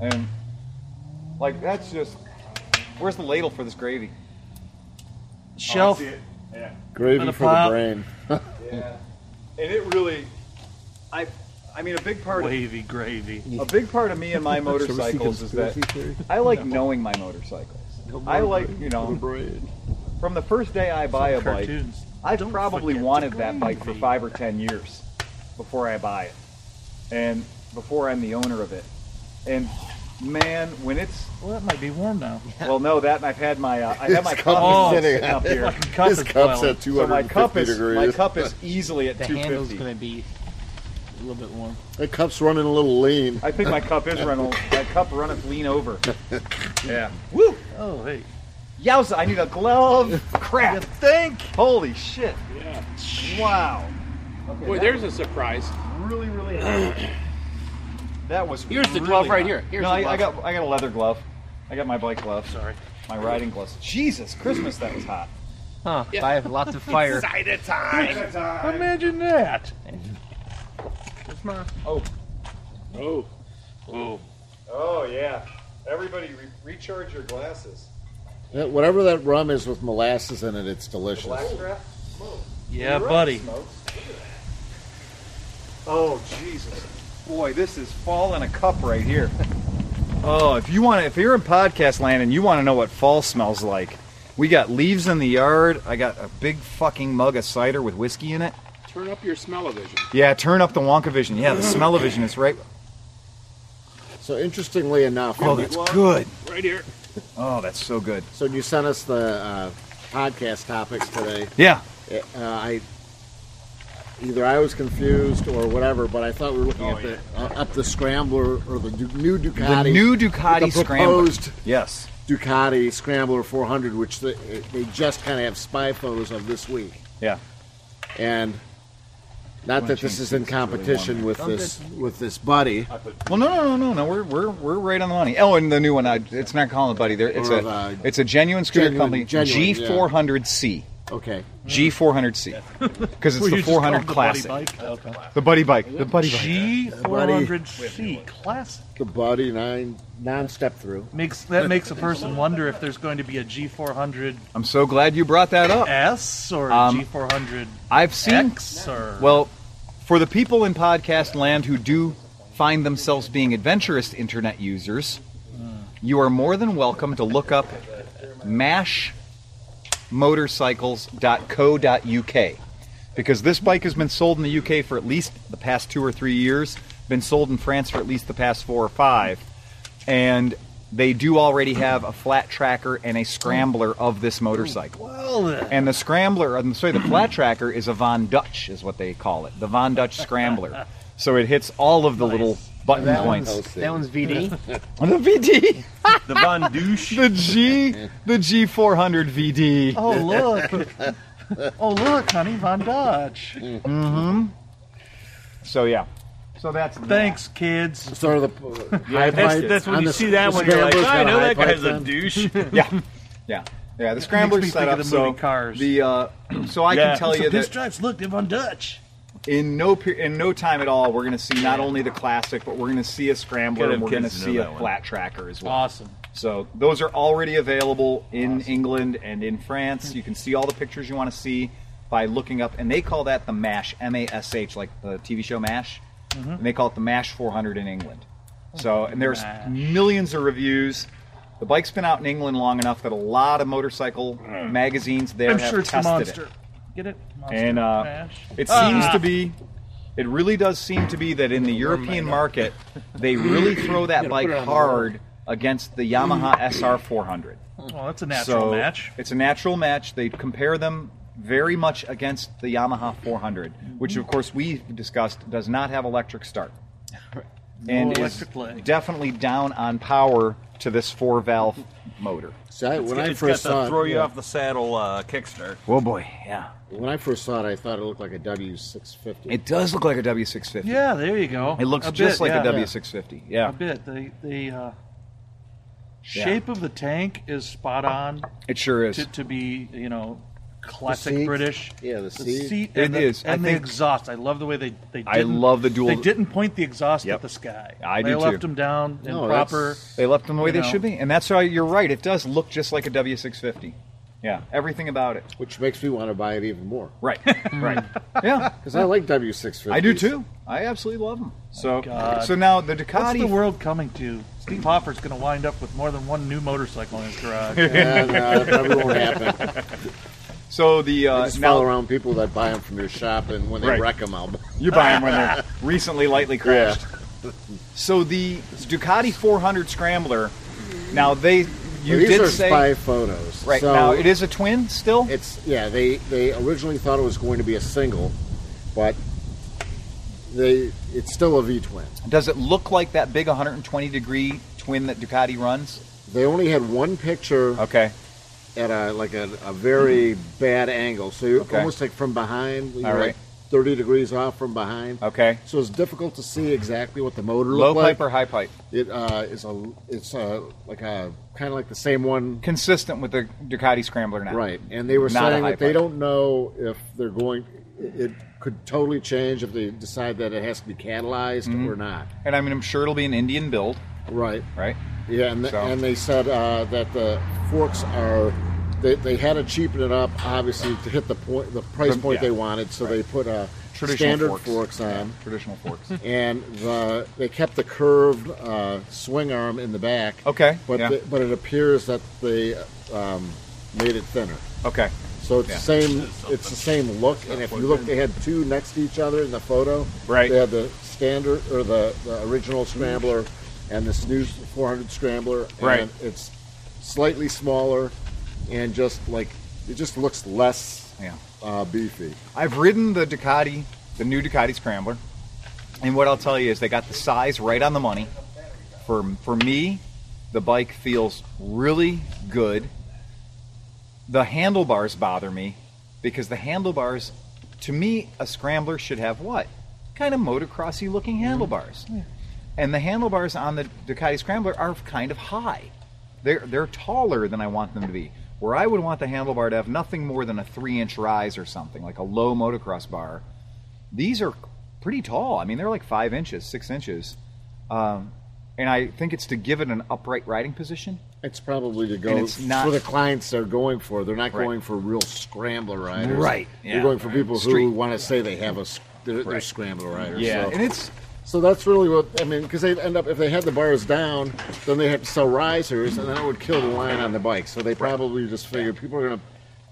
S1: And like that's just where's the ladle for this gravy?
S6: Shelf.
S1: Oh,
S4: Gravy
S6: On a
S4: for the
S6: pile.
S4: brain.
S1: Yeah, and it really, I, I mean, a big part of,
S6: Wavy gravy.
S1: a big part of me and my motorcycles is that I like knowing my motorcycles. I like you know from the first day I buy a bike,
S6: Cartoons.
S1: I've probably
S6: forget the
S1: wanted that bike for
S6: gravy.
S1: five or ten years before I buy it, and before I'm the owner of it. And man, when it's
S6: Well, that might be warm now.
S1: well, no, that and I've had my uh, I had my
S4: His cup
S1: cup
S4: is
S1: sitting
S4: sitting
S1: up here.
S6: Cup
S4: His
S6: is
S4: cup's
S6: boiling.
S4: at
S1: So my
S4: 250
S1: cup is
S4: degrees.
S1: my cup is easily at
S3: The handle's
S1: 250.
S3: gonna be a little bit warm.
S4: The cup's running a little lean.
S1: I think my cup is running. My cup runneth lean over. Yeah.
S6: Woo! Oh, hey.
S1: Yowza! I need a glove. Crap. think? Holy shit!
S5: Yeah.
S1: Wow.
S5: Boy, there's a surprise.
S1: Really, really. that was.
S5: Here's the
S1: really
S5: glove right
S1: hot.
S5: here. Here's
S1: no,
S5: the
S1: I, I
S5: glove.
S1: got I got a leather glove. I got my bike glove.
S6: Sorry.
S1: My riding glove. Jesus, Christmas that was hot.
S3: Huh? I have lots of fire.
S5: Cider time.
S6: Imagine that.
S1: Oh.
S5: Oh. Oh.
S1: Oh yeah. Everybody, re- recharge your glasses.
S4: That- Whatever that rum is with molasses in it, it's delicious.
S1: strap.
S6: Yeah, buddy.
S1: Oh Jesus, boy, this is fall in a cup right here. Oh, if you want, to, if you're in podcast land and you want to know what fall smells like, we got leaves in the yard. I got a big fucking mug of cider with whiskey in it.
S5: Turn up your smell-o-vision.
S1: Yeah, turn up the Wonka vision. Yeah, the smell of vision is right.
S4: So interestingly enough,
S1: Oh, that's good.
S5: Right here.
S1: Oh, that's so good.
S4: so you sent us the uh, podcast topics today.
S1: Yeah,
S4: Uh, I either I was confused or whatever, but I thought we were looking at the uh, up the scrambler or the du- new Ducati,
S1: Oh, the new Ducati
S4: the
S1: Scrambler.
S4: proposed
S1: Yes.
S4: Ducati Scrambler 400, which they, they just kind of have spy photos of this week,
S1: Yeah.
S4: and Not
S1: Wanna
S4: that this
S1: change
S4: is in
S1: seats, it's really warm
S4: competition
S1: here.
S4: with this with this buddy.
S7: Uh,
S1: Well, no, no, no, no, no. We're we're we're right on the money. Oh, and the new one. I, it's not calling a buddy. There, it's
S4: Or
S1: a
S4: the-
S1: it's a genuine scooter
S4: Genuine-
S1: company.
S4: genuine, yeah.
S1: G400C.
S4: Okay,
S1: G400C. Because it's
S6: Well,
S1: the
S6: you just called
S1: 400
S6: it the
S1: classic.
S6: Buddy bike. Okay.
S1: The buddy bike. The buddy bike.
S6: G four hundred C classic
S4: the buddy nine non-step through.
S6: makes that makes a person wonder if there's going to be a G four hundred
S1: I'm so glad you brought that up.
S6: S or a
S1: Um,
S6: G four hundred
S1: I've seen
S6: X or
S1: Well, for the people in podcast land who do find themselves being adventurous internet users, you are more than welcome to look up mashmotorcycles.co.uk because this bike has been sold in the UK for at least the past two or three years, been sold in France for at least the past four or five, and they do already have a flat tracker and a scrambler of this motorcycle.
S6: well then.
S1: And the scrambler, I'm sorry, the flat tracker is a Von Dutch, is what they call it. The Von Dutch scrambler. so it hits all of the little button points.
S3: That one's VD.
S1: On the VD,
S2: The Von Douche.
S1: the G, the G400 VD.
S6: Oh look! oh look, honey, Von Dodge.
S1: Mm-hmm. So yeah. So that's
S6: Thanks, kids.
S4: Sort of the uh, high
S7: That's,
S4: pipe-
S7: that's when
S4: on
S7: you
S4: the-
S7: see that
S4: the
S7: one, you're like,
S4: scrambler's
S7: "Oh,
S4: got
S7: I
S4: a
S7: know
S4: high
S7: that
S4: pipe
S7: guy's a
S4: then."
S7: douche.
S1: Yeah, yeah, yeah. The
S6: me
S1: scrambler's
S6: think
S1: set
S6: of
S1: up
S6: the
S1: so
S6: movie Cars.
S1: the uh, so I
S7: Yeah.
S1: can tell you
S6: This
S1: that
S6: drives look, they're Von Dutch.
S1: in no per- in no time at all, we're going to see not only the classic, but we're going to see a scrambler
S7: Gotta
S1: and we're
S7: have
S1: going to
S7: kids to know
S1: see a
S7: that one.
S1: flat tracker as well.
S6: Awesome.
S1: So those are already available in England and in France. You can see all the pictures you want to see by looking up, and they call that the Mash, M-A-S-H, like the TV show Mash,
S6: Mm-hmm.
S1: and they call it the Mash 400 in England. So, and there's
S6: Mash.
S1: millions of reviews. The bike's been out in England long enough that a lot of motorcycle magazines there
S6: Hmm. I'm
S1: have
S6: sure it's a
S1: tested
S6: monster.
S1: it.
S6: Get it? Monster
S1: And uh,
S6: Mash.
S1: it seems to be, it really does seem to be that
S6: Oh
S1: in the European market, they really throw that bike hard against the Yamaha SR 400.
S6: well, Oh, that's a natural
S1: so
S6: match.
S1: It's a natural match. They compare them very much against the Yamaha 400, which of course we discussed does not have electric start. And is
S6: electric leg.
S1: definitely down on power to this four valve motor.
S4: See, I-
S2: It's
S4: when I
S2: got
S4: first
S2: the
S4: saw it,
S2: throw you
S4: yeah.
S2: off the saddle uh, kickstart.
S1: Oh boy, yeah.
S4: When I first saw it, I thought it looked like a W six fifty.
S1: It does look like a W650.
S6: Yeah, there you go.
S1: It looks
S6: A
S1: just
S6: bit,
S1: like
S6: yeah.
S1: a W650. Yeah.
S6: A bit. The the uh, shape of the tank is spot on
S1: It sure is.
S6: to, to be you know
S4: The
S6: classic
S4: seat.
S6: British.
S4: Yeah, the seat.
S6: seat
S1: It
S6: and the,
S1: is. I
S6: and the
S1: think-
S6: exhaust. I love the way they they. Didn't,
S1: I love the dual-
S6: They didn't point the exhaust
S1: Yep.
S6: at the sky.
S1: I
S6: they
S1: do
S6: left
S1: too.
S6: them down in
S4: No, that's-
S6: proper.
S1: They left them the way
S6: You
S1: they
S6: know.
S1: should be. And that's why you're right. It does look just like a W650. Yeah. Everything about it.
S4: Which makes me want to buy it even more
S1: Right. right. Yeah.
S4: because I like W six fifty.
S1: I do too. I absolutely love them. So,
S6: Oh, God.
S1: so now the
S6: What's the
S1: Ducati.
S6: world coming to? Steve Hoffer's going to wind up with more than one new motorcycle in his garage.
S4: Yeah, no, uh, that probably won't happen.
S1: so the
S4: I
S1: uh,
S4: just follow
S1: now
S4: around people that buy them from your shop, and when they
S1: Right.
S4: wreck them, I'll.
S1: you buy them when they're recently lightly crashed. So the Ducati 400 Scrambler. Now they, you
S4: These
S1: did
S4: are
S1: say
S4: spy photos.
S1: right
S4: so
S1: now it is a twin still.
S4: It's yeah. They they originally thought it was going to be a single, but they it's still a V twin.
S1: Does it look like that big 120 degree twin that Ducati runs?
S4: They only had one picture
S1: Okay.
S4: at a like a, a very bad angle, so you're
S1: Okay.
S4: almost like from behind. You're
S1: All right.
S4: like thirty degrees off from behind.
S1: Okay.
S4: So it's difficult to see exactly what the motor
S1: Low
S4: looked like.
S1: pipe or high pipe?
S4: It uh, is a it's a like a kind of like the same one,
S1: Consistent with the Ducati Scrambler now.
S4: right? And they were
S1: Not a
S4: saying
S1: high
S4: that they
S1: pipe.
S4: don't know if they're going. It it could totally change if they decide that it has to be catalyzed
S1: Mm-hmm.
S4: or not.
S1: And I mean, I'm sure it'll be an Indian build,
S4: Right.
S1: right?
S4: Yeah, and,
S1: So-
S4: and they said uh, that the forks are. They, they had to cheapen it up, obviously, to hit the point, the price
S1: The-
S4: point
S1: yeah.
S4: they wanted. So they put uh,
S1: Traditional
S4: standard
S1: forks.
S4: forks, on,
S1: Traditional forks.
S4: and the, they kept the curved uh, swing arm in the back.
S1: Okay,
S4: but
S1: yeah.
S4: the, but it appears that they um, made it thinner.
S1: Okay.
S4: So it's
S1: Yeah.
S4: the same. It's the same look, and if you look, they had two next to each other in the photo.
S1: Right.
S4: They had the standard or the, the original scrambler, and this new 400 scrambler. And
S1: Right.
S4: It's slightly smaller, and just like it just looks less
S1: Yeah.
S4: uh, beefy.
S1: I've ridden the Ducati, the new Ducati Scrambler, and what I'll tell you is they got the size right on the money. For for me, the bike feels really good. The handlebars bother me because the handlebars to me, a scrambler should have what? Kind of motocrossy looking handlebars. And the handlebars on the Ducati Scrambler are kind of high. They're they're taller than I want them to be. Where I would want the handlebar to have nothing more than a three inch rise or something, like a low motocross bar. These are pretty tall. I mean, they're like five inches, six inches. Um, and I think it's to give it an upright riding position.
S4: It's probably to go
S1: And it's not-
S4: for the clients they're going for. They're not
S1: Right.
S4: going for real scrambler riders.
S1: Right, yeah.
S4: They're going for people
S1: Street.
S4: who want to say they have a s- they're, they're
S1: Right.
S4: scrambler riders. So,
S1: and it's
S4: so that's really what I mean because they end up if they had the bars down, then they have to sell risers, and then it would kill the line on the bike. So they probably just figure people are going to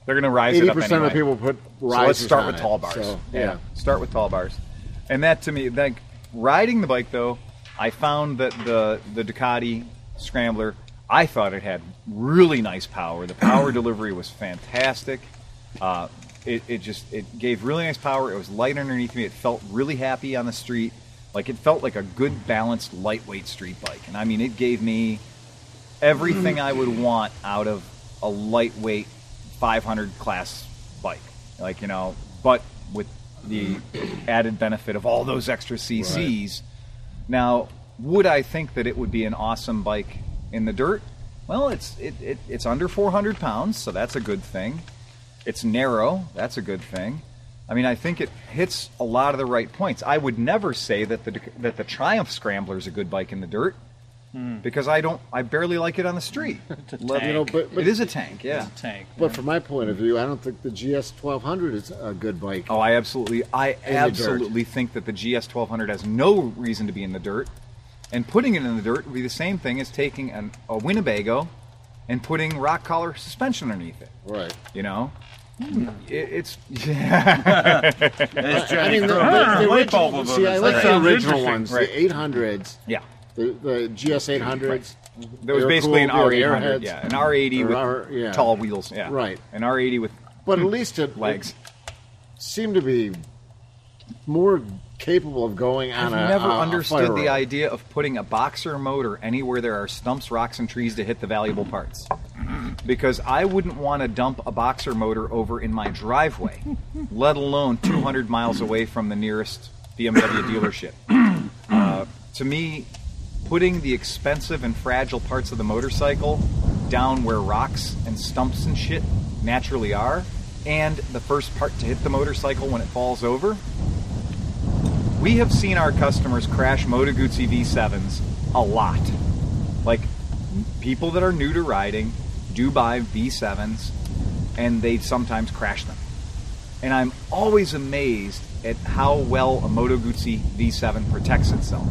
S1: they're going to rise
S4: eighty
S1: it up
S4: percent
S1: anyway.
S4: of the people put risers.
S1: So let's start
S4: on
S1: with
S4: it.
S1: tall bars.
S4: So,
S1: yeah.
S4: yeah.
S1: start with tall bars, and that to me, like riding the bike though, I found that the the Ducati Scrambler, I thought it had really nice power. The power delivery was fantastic. Uh, it, it just it gave really nice power. It was light underneath me. It felt really happy on the street. Like it felt like a good balanced lightweight street bike, and I mean it gave me everything I would want out of a lightweight 500 class bike. Like, you know, but with the added benefit of all those extra CCs. Now, would I think that it would be an awesome bike in the dirt? Well, it's it, it, it's under 400 pounds, so that's a good thing. It's narrow, that's a good thing. I mean, I think it hits a lot of the right points. I would never say that the that the Triumph Scrambler is a good bike in the dirt because I don't, I barely like it on the street.
S6: tank.
S4: You know, but, but
S1: it is a tank, yeah.
S6: tank.
S4: But from my point of view, I don't think the GS twelve hundred is a good bike.
S1: Oh, I absolutely, I
S4: dirt.
S1: absolutely think that the GS 1200 has no reason to be in the dirt, and putting it in the dirt would be the same thing as taking an, a Winnebago and putting rock collar suspension underneath it.
S4: Right.
S1: You know,
S4: Hmm.
S1: it, it's
S2: That's
S4: I mean, the, the,
S2: Johnny
S4: the
S2: Light bulb
S4: original,
S2: above
S4: see, I
S2: his
S4: like
S2: head.
S4: the
S6: Sounds
S4: original
S6: interesting.
S4: ones,
S1: Right.
S4: the 800s,
S1: yeah.
S4: the, the GS 800s.
S1: There was
S4: They're
S1: basically
S4: cool,
S1: an
S4: yeah,
S1: R800,
S4: airheads.
S1: yeah, an R80
S4: Or
S1: with
S4: R- yeah.
S1: tall wheels, yeah,
S4: Right.
S1: an R80 with
S4: But at least it,
S1: legs.
S4: it seemed to be more capable of going on
S1: I've
S4: a
S1: never
S4: uh, a- a
S1: understood the
S4: fire road.
S1: idea of putting a boxer motor anywhere there are stumps, rocks, and trees to hit the valuable parts. Because I wouldn't want to dump a boxer motor over in my driveway, let alone 200 miles away from the nearest BMW dealership. Uh, to me, putting the expensive and fragile parts of the motorcycle down where rocks and stumps and shit naturally are, and the first part to hit the motorcycle when it falls over, we have seen our customers crash Moto Guzzi V7s a lot. Like, n- people that are new to riding do buy V7s and they sometimes crash them. And I'm always amazed at how well a Moto Guzzi V7 protects itself.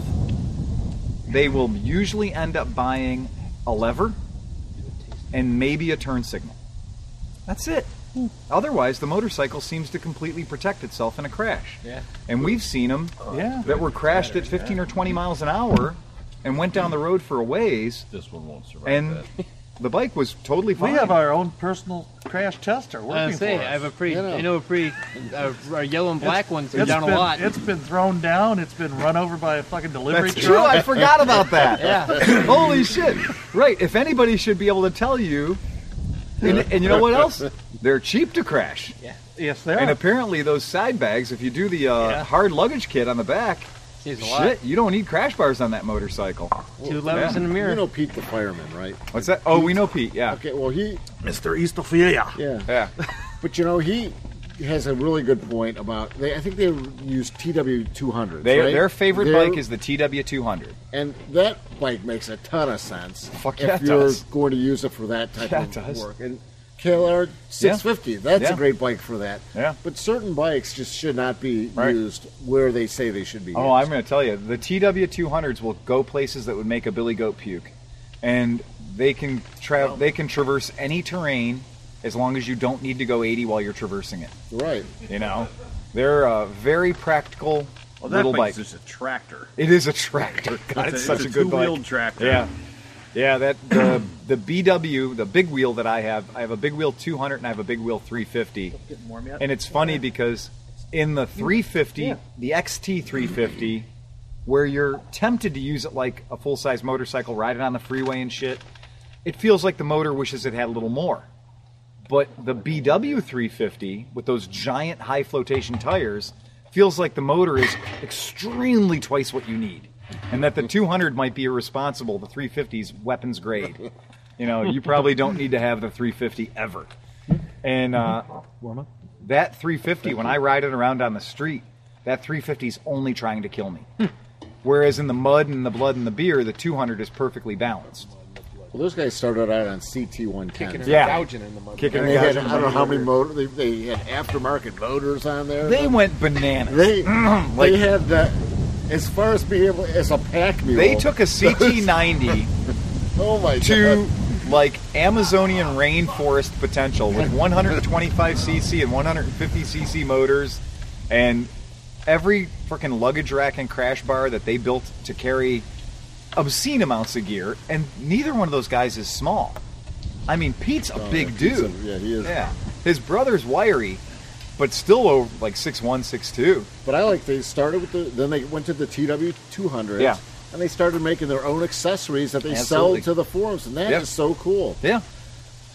S1: They will usually end up buying a lever and maybe a turn signal. That's it.
S6: Hmm.
S1: Otherwise, the motorcycle seems to completely protect itself in a crash.
S3: Yeah.
S1: And we've seen them
S6: Yeah.
S1: that were crashed at 15 or 20 miles an hour and went down the road for a ways,
S2: This one won't survive.
S1: and
S2: that.
S1: the bike was totally
S6: We
S1: fine.
S6: have our own personal crash tester
S3: I
S6: working
S3: was saying,
S6: for us.
S3: I have a pretty,
S4: You know.
S3: I know a pretty, uh, our yellow and black ones are
S6: It's
S3: down
S6: been,
S3: a lot.
S6: It's been thrown down. It's been run over by a fucking delivery
S1: That's true.
S6: truck.
S1: I forgot about that.
S3: yeah,
S1: Holy shit! Right. If anybody should be able to tell you, and, and you know what else? They're cheap to crash.
S6: Yes, there.
S1: And apparently, those side bags, if you do the uh,
S6: Yeah.
S1: hard luggage kit on the back,
S3: saves a lot.
S1: shit, you don't need crash bars on that motorcycle.
S3: Two levers
S1: Yeah.
S3: in the mirror.
S4: You know Pete the fireman, right?
S1: What's that? Oh, we know Pete. Yeah.
S4: Okay, well, he,
S6: Mr. Eastophilia.
S4: yeah.
S1: Yeah.
S4: But, you know, he has a really good point about, they, I think they use TW200.
S1: They,
S4: right?
S1: Their favorite
S4: They're-
S1: bike is the TW200.
S4: And that bike makes a ton of sense.
S1: Fuck
S4: if
S1: yeah, it
S4: you're
S1: does.
S4: going to use it for that type
S1: Yeah,
S4: of
S1: it does.
S4: work. And KLR 650, that's
S1: Yeah.
S4: a great bike for that.
S1: Yeah.
S4: But certain bikes just should not be
S1: Right.
S4: used where they say they should be.
S1: Oh, I'm
S4: used.
S1: going to tell you, the TW200s will go places that would make a billy goat puke, and they can tra- they can traverse any terrain as long as you don't need to go 80 while you're traversing it.
S4: right.
S1: You know, they're a very practical
S2: well, that
S1: little bike.
S2: bike's just a tractor.
S1: It is a tractor. God, it's, such a, good
S2: two-wheeled
S1: bike.
S2: tractor.
S1: Yeah, yeah. That the the BW, the big wheel that I have, I have a big wheel 200 and I have a big wheel 350. And it's funny because in the 350, the XT 350, where you're tempted to use it like a full size motorcycle, ride it on the freeway and shit, it feels like the motor wishes it had a little more But the BW 350 with those giant high flotation tires feels like the motor is extremely twice what you need, and that the 200 might be irresponsible. The 350's weapons grade. You know, you probably don't need to have the 350 ever. And uh, that 350, when I ride it around on the street, that 350 is only trying to kill me. Whereas in the mud and the blood and the beer, the 200 is perfectly balanced.
S4: Well, those guys started out on CT110.
S7: Kicking
S1: Yeah.
S7: and gouging in the mud.
S1: Kicking
S4: And
S1: and
S4: they had,
S1: gouging
S4: I don't know how many motor, they, they had aftermarket motors on there.
S1: They went bananas.
S4: They,
S1: Like-
S4: they had that, as far as being able, as a pack mule.
S1: They took a CT90
S4: oh my
S1: to
S4: God.
S1: like Amazonian rainforest potential with 125cc and 150cc motors and every freaking luggage rack and crash bar that they built to carry obscene amounts of gear and neither one of those guys is small. I mean, Pete's a
S4: Oh,
S1: big
S4: he's
S1: dude.
S4: a- yeah, he is.
S1: Yeah. His brother's wiry, but still over like 6'1", 6'2".
S4: But I like they started with the then they went to the TW two hundred.
S1: Yeah.
S4: And they started making their own accessories that they
S1: Absolutely.
S4: sell to the forums, and that is
S1: Yeah.
S4: so cool.
S1: Yeah.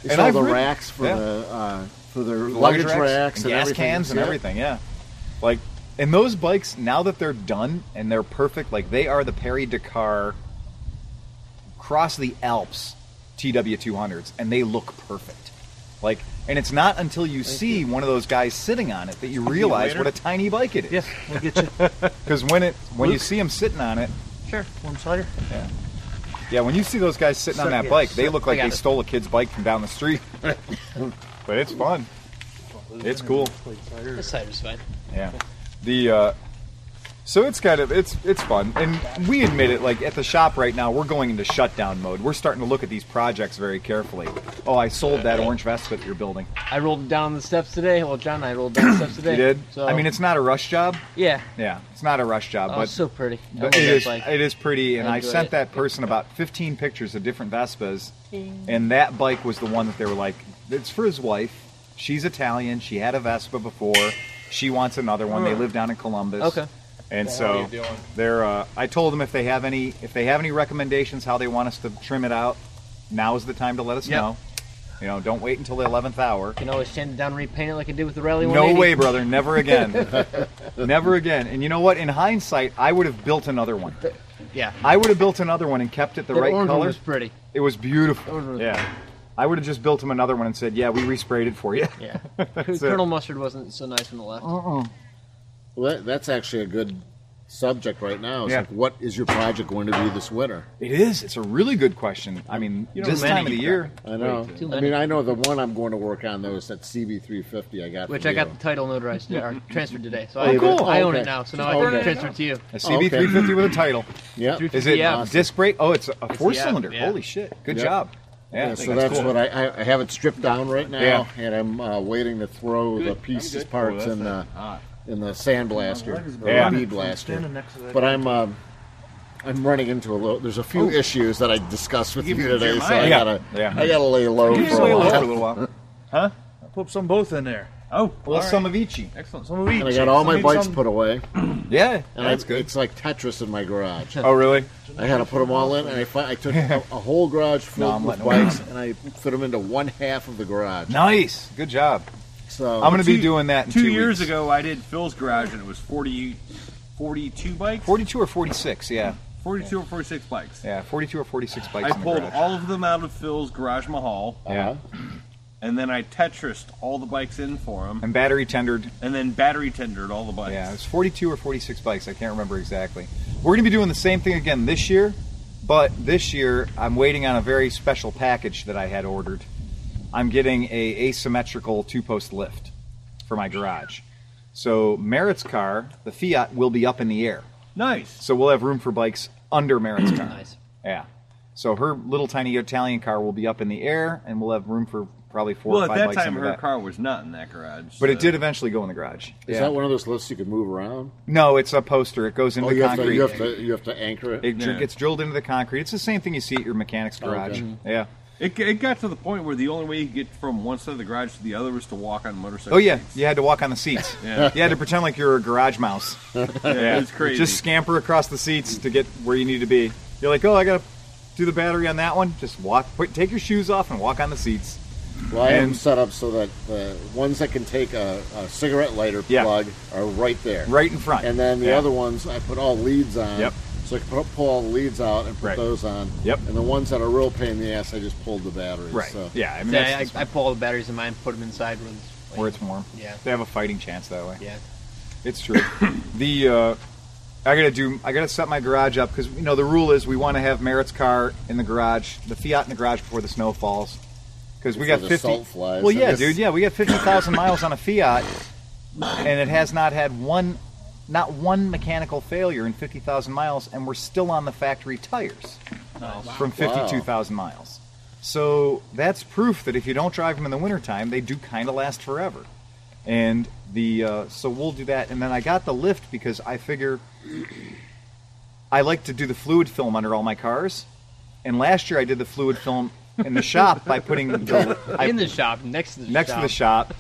S4: They
S1: And
S4: sell
S1: I've
S4: the
S1: ridden-
S4: racks for
S1: yeah.
S4: the uh, for their
S1: luggage
S4: luggage
S1: racks,
S4: racks
S1: and,
S4: and,
S1: gas
S4: everything.
S1: cans and
S4: Yeah.
S1: everything. Yeah, like and those bikes now that they're done and they're perfect, like they are the Perry Dakar cross the Alps TW200s, and they look perfect. Like, and it's not until you see one of those guys sitting on it that you realize
S2: later.
S1: what a tiny bike it is.
S3: Yes, we'll get you.
S1: Because when it when you see him sitting on it,
S3: sure, warm cider.
S1: yeah, when you see those guys sitting on
S3: Suck
S1: that
S3: it,
S1: bike, they
S3: suck-
S1: look
S3: I
S1: like
S3: got
S1: they
S3: it.
S1: stole a kid's bike from down the street. but it's fun. It's cool.
S3: This cider's fine.
S1: Yeah. The uh, so it's kind of it's it's fun, and we admit it. Like at the shop right now, we're going into shutdown mode. We're starting to look at these projects very carefully. Oh, I sold that orange Vespa that you're building.
S3: I rolled down the steps today. Well, John and I rolled down the steps today.
S1: You did.
S3: So,
S1: I mean, it's not a rush job.
S3: yeah.
S1: Yeah, it's not a rush job,
S3: Oh,
S1: but.
S3: it's so pretty. I love
S1: but it
S3: that
S1: is,
S3: bike.
S1: it is pretty, and
S3: I
S1: I
S3: enjoy
S1: sent
S3: it.
S1: that person about 15 pictures of different Vespas, and that bike was the one that they were like, it's for his wife. She's Italian. She had a Vespa before. She wants another one. They live down in Columbus.
S3: Okay.
S1: And
S7: How
S1: so
S7: you doing?
S1: they're. Uh, I told them if they have any, if they have any recommendations how they want us to trim it out, now is the time to let us
S3: Yeah.
S1: know. You know, don't wait until the eleventh hour.
S3: You can always sand it down and repaint it like I did with the Rally
S1: No
S3: 180.
S1: way, brother. Never again. Never again. And you know what? In hindsight, I would have built another one.
S3: Yeah.
S1: I would have built another one and kept it the
S3: That
S1: right
S3: orange one
S1: color.
S3: was pretty.
S1: It was beautiful.
S3: Orange one was
S1: Yeah. I would have just built him another one and said, "Yeah, we resprayed it for you."
S3: Yeah.
S1: That's it.
S3: Colonel Mustard wasn't so nice when it left.
S4: Well, that, that's actually a good subject right now. It's
S1: Yeah.
S4: like, what is your project going to be this winter?
S1: It is. It's a really good question. I mean,
S2: You know
S1: this
S2: many
S1: time of the
S2: you
S1: year.
S4: I know.
S3: too
S4: I
S3: many.
S4: mean, I know the one I'm going to work on though is that CB350 I got.
S3: Which
S4: from
S3: I got
S4: you.
S3: the title notarized today, or transferred today. So
S1: Oh,
S3: I,
S1: cool.
S3: I
S4: Oh,
S3: own
S4: okay.
S3: it now, so now
S4: Oh,
S3: I can
S4: okay.
S3: transfer it to you.
S1: A CB350 with a title.
S4: Yeah.
S3: Three-
S1: Is it
S3: Yeah.
S1: uh, disc brake? Oh, it's a four
S3: the app,
S1: cylinder.
S3: yeah.
S1: Holy shit! Good
S4: Yeah.
S1: job. Yeah,
S4: Yeah, so that's
S1: cool.
S4: what I, I I have it stripped down right now,
S1: Yeah.
S4: and I'm uh, waiting to throw the pieces parts in the in the sandblaster, or
S1: Yeah.
S4: the bee blaster.
S6: Standing next to that.
S4: But I'm um I'm running into a little. There's a
S1: Oh.
S4: few issues that I discussed with you today, so I
S1: Yeah.
S4: gotta
S1: Yeah.
S4: I gotta lay low
S1: You
S4: for
S1: lay
S4: a
S1: low for a
S4: while.
S1: little while.
S6: put some both in there.
S2: Oh,
S1: Well, some of each.
S2: excellent.
S6: Some of each.
S4: And I got all my
S6: Some-
S4: bikes
S6: some-
S4: put away,
S1: Yeah,
S4: and I, it's like Tetris in my garage.
S1: Oh, really?
S4: I had to put them all in, and I fi- I took a, a whole garage
S1: No,
S4: full
S1: I'm
S4: with
S1: letting 'em
S4: bikes, and I fit them into one half of the garage.
S1: Nice. Good job.
S4: So
S1: I'm gonna be doing that in two,
S2: two years
S1: weeks.
S2: ago, I did Phil's garage, and it was 40, 42 bikes,
S1: 42 or 46. Yeah,
S2: 42 or 46 bikes.
S1: yeah. 42 or 46 bikes
S2: I
S1: in the
S2: pulled
S1: garage.
S2: all of them out of Phil's garage mahal,
S1: yeah.
S2: and then I Tetrised all the bikes in for him,
S1: And battery tendered.
S2: and then battery tendered all the bikes.
S1: Yeah, it's 42 or 46 bikes. I can't remember exactly. We're gonna be doing the same thing again this year, but this year I'm waiting on a very special package that I had ordered. I'm getting a asymmetrical two-post lift for my garage. So Merritt's car, the Fiat, will be up in the air.
S2: Nice.
S1: So we'll have room for bikes under Merritt's car.
S3: Nice.
S1: Yeah. So her little tiny Italian car will be up in the air, and we'll have room for probably four
S2: Well,
S1: or
S2: at
S1: five
S2: that
S1: bikes
S2: time,
S1: under
S2: her
S1: that.
S2: car was not in that garage.
S1: but it
S2: so-
S1: did eventually go in the garage.
S4: Is
S1: Yeah.
S4: that one of those lifts you can move around?
S1: No, it's a poster. It goes into
S4: Oh, you have, to,
S1: concrete.
S4: you have to you have to anchor it.
S1: It dr-
S2: Yeah.
S1: gets drilled into the concrete. It's the same thing you see at your mechanic's garage.
S4: Mm-hmm.
S1: Yeah.
S2: It, it got to the point where the only way you could get from one side of the garage to the other was to walk on motorcycle.
S1: Oh yeah,
S2: seats.
S1: you had to walk on the seats.
S2: Yeah.
S1: You had to pretend like you're a garage mouse.
S2: yeah, it was crazy.
S1: Just scamper across the seats to get where you need to be. You're like, oh, I gotta do the battery on that one. Just walk. Put, take your shoes off and walk on the seats.
S4: Well, I have them
S1: And-
S4: set up so that the ones that can take a, a cigarette lighter
S1: Yeah.
S4: plug are right there.
S1: right in front.
S4: And then the
S1: Yeah.
S4: other ones, I put all leads on.
S1: Yep.
S4: So I can put, pull all the leads out and put
S1: Right.
S4: those on.
S1: Yep.
S4: And the ones that are real pain in the ass, I just pulled the batteries.
S1: Right.
S4: So.
S1: Yeah. I mean,
S3: Yeah,
S1: that's,
S3: I, I pull all the batteries in mine, put them inside where it's, like,
S1: where it's warm.
S3: yeah,
S1: They have a fighting chance that way.
S3: yeah.
S1: It's true. the uh, I gotta do. I gotta set my garage up because you know the rule is we want to have Merritt's car in the garage, the Fiat in the garage before the snow falls. Because we
S4: Before
S1: got
S4: the
S1: fifty.
S4: salt flies,
S1: well,
S4: I
S1: yeah,
S4: guess.
S1: dude. Yeah, we got fifty thousand miles on a Fiat, and it has not had one, not one mechanical failure in fifty thousand miles, and we're still on the factory tires from fifty-two thousand miles. So that's proof that if you don't drive them in the wintertime, they do kind of last forever. And the uh, so we'll do that. And then I got the lift because I figure I like to do the fluid film under all my cars. And last year I did the fluid film in the shop by putting the, I,
S3: in the shop, next to the
S1: next
S3: shop.
S1: to the shop.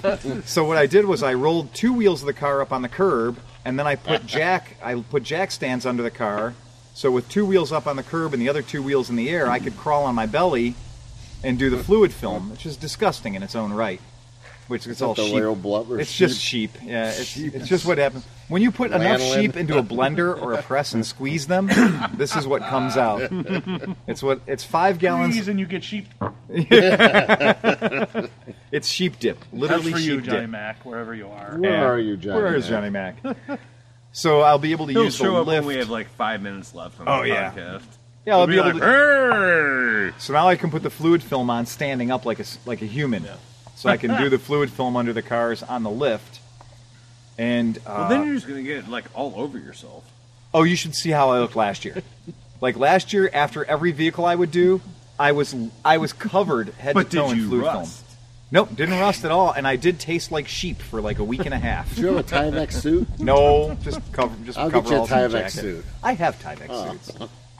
S1: so what I did was I rolled two wheels of the car up on the curb, and then I put jack I put jack stands under the car. So with two wheels up on the curb and the other two wheels in the air, I could crawl on my belly and do the fluid film, which is disgusting in its own right. Which it's all
S4: the
S1: sheep.
S4: royal blood or
S1: It's just sheep. Yeah, it's, it's just what happens when you put enough
S4: Lanolin.
S1: sheep into a blender or a press and squeeze them. this is what comes out. It's what it's five gallons
S6: Squeeze and you get sheep.
S1: It's sheep dip,
S6: That's
S1: literally
S6: for
S1: sheep
S6: you, Johnny
S1: dip.
S6: Mac, wherever you are.
S4: Where
S1: Yeah.
S4: are you, Johnny?
S1: Where is Johnny Mac? so I'll be able to
S2: He'll
S1: use
S2: show
S1: the
S2: up
S1: lift.
S2: when we have like five minutes left on
S1: Oh,
S2: the
S1: yeah.
S2: podcast.
S1: yeah, I'll
S2: He'll
S1: be able
S2: like,
S1: to.
S2: "Hey!"
S1: So now I can put the fluid film on standing up like a s- like a human. So I can do the fluid film under the cars on the lift. And uh,
S2: Well, then you're just gonna get like all over yourself.
S1: oh, you should see how I looked last year. like last year, after every vehicle I would do, I was I was covered head
S2: But
S1: to toe
S2: did
S1: in
S2: you
S1: fluid
S2: rust?
S1: film. Nope, didn't rust at all, and I did taste like sheep for like a week and a half.
S4: Do you have a Tyvek suit?
S1: No, just cover. Just
S4: I'll get you a
S1: coveralls and
S4: Tyvek
S1: jacket.
S4: suit. Oh.
S1: I have Tyvek suits.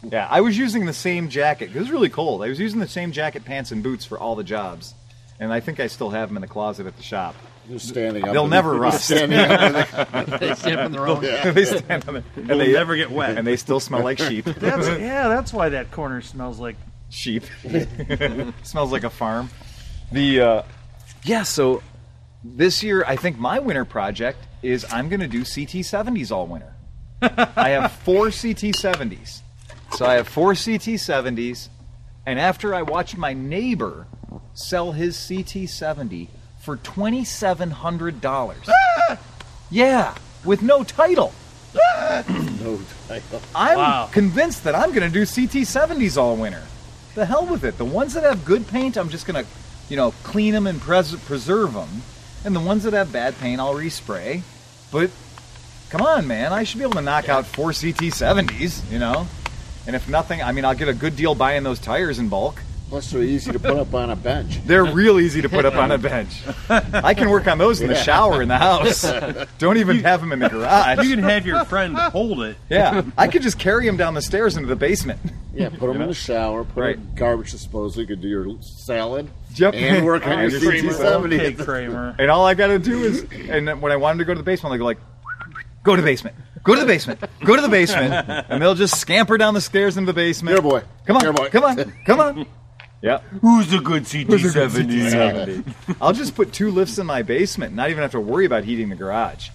S1: Yeah, I was using the same jacket. It was really cold. I was using the same jacket, pants, and boots for all the jobs, and I think I still have them in the closet at the shop.
S4: Just standing up.
S1: They'll
S4: in-
S1: never
S4: just
S1: rust.
S4: Standing up. in the-
S3: They stand on their own.
S1: they stand on the, and
S2: They'll
S1: they
S2: never get wet.
S1: and they still smell like sheep.
S6: That's, yeah, that's why that corner smells like.
S1: sheep. Smells like a farm. The uh, yeah. So this year, I think my winter project is I'm going to do CT seventies all winter. I have four CT seventies. So I have four CT seventies, and after I watched my neighbor sell his CT seventy for twenty seven hundred dollars. yeah, with no title.
S4: No, I don't.
S1: I'm
S6: Wow.
S1: convinced that I'm going to do CT70s all winter. The hell with it. The ones that have good paint, I'm just going to, you know, clean them and pres- preserve them. And the ones that have bad paint, I'll respray. But come on, man, I should be able to knock out four CT70s, you know? And if nothing, I mean, I'll get a good deal buying those tires in bulk.
S4: Plus, they're easy to put up on a bench.
S1: They're real easy to put up on a bench. I can work on those in the shower in the house. Don't even have them in the garage.
S2: You can have your friend hold it.
S1: Yeah, I could just carry them down the stairs into the basement.
S4: Yeah, put them in the shower. Put 'em in
S1: Right.
S4: garbage disposal. You could do your salad.
S1: Yep.
S4: And work on your
S6: Ice cream.
S4: CT seventy.
S6: Okay, Kramer.
S1: And all I gotta do is, and then when I wanted to go to the basement, they go like, go to the basement, go to the basement, go to the basement, and they'll just scamper down the stairs into the basement.
S4: Here, boy.
S1: Come on,
S4: Here, boy.
S1: come on, come on. Yeah,
S2: Who's a good CT
S1: I'll just put two lifts in my basement, not even have to worry about heating the garage.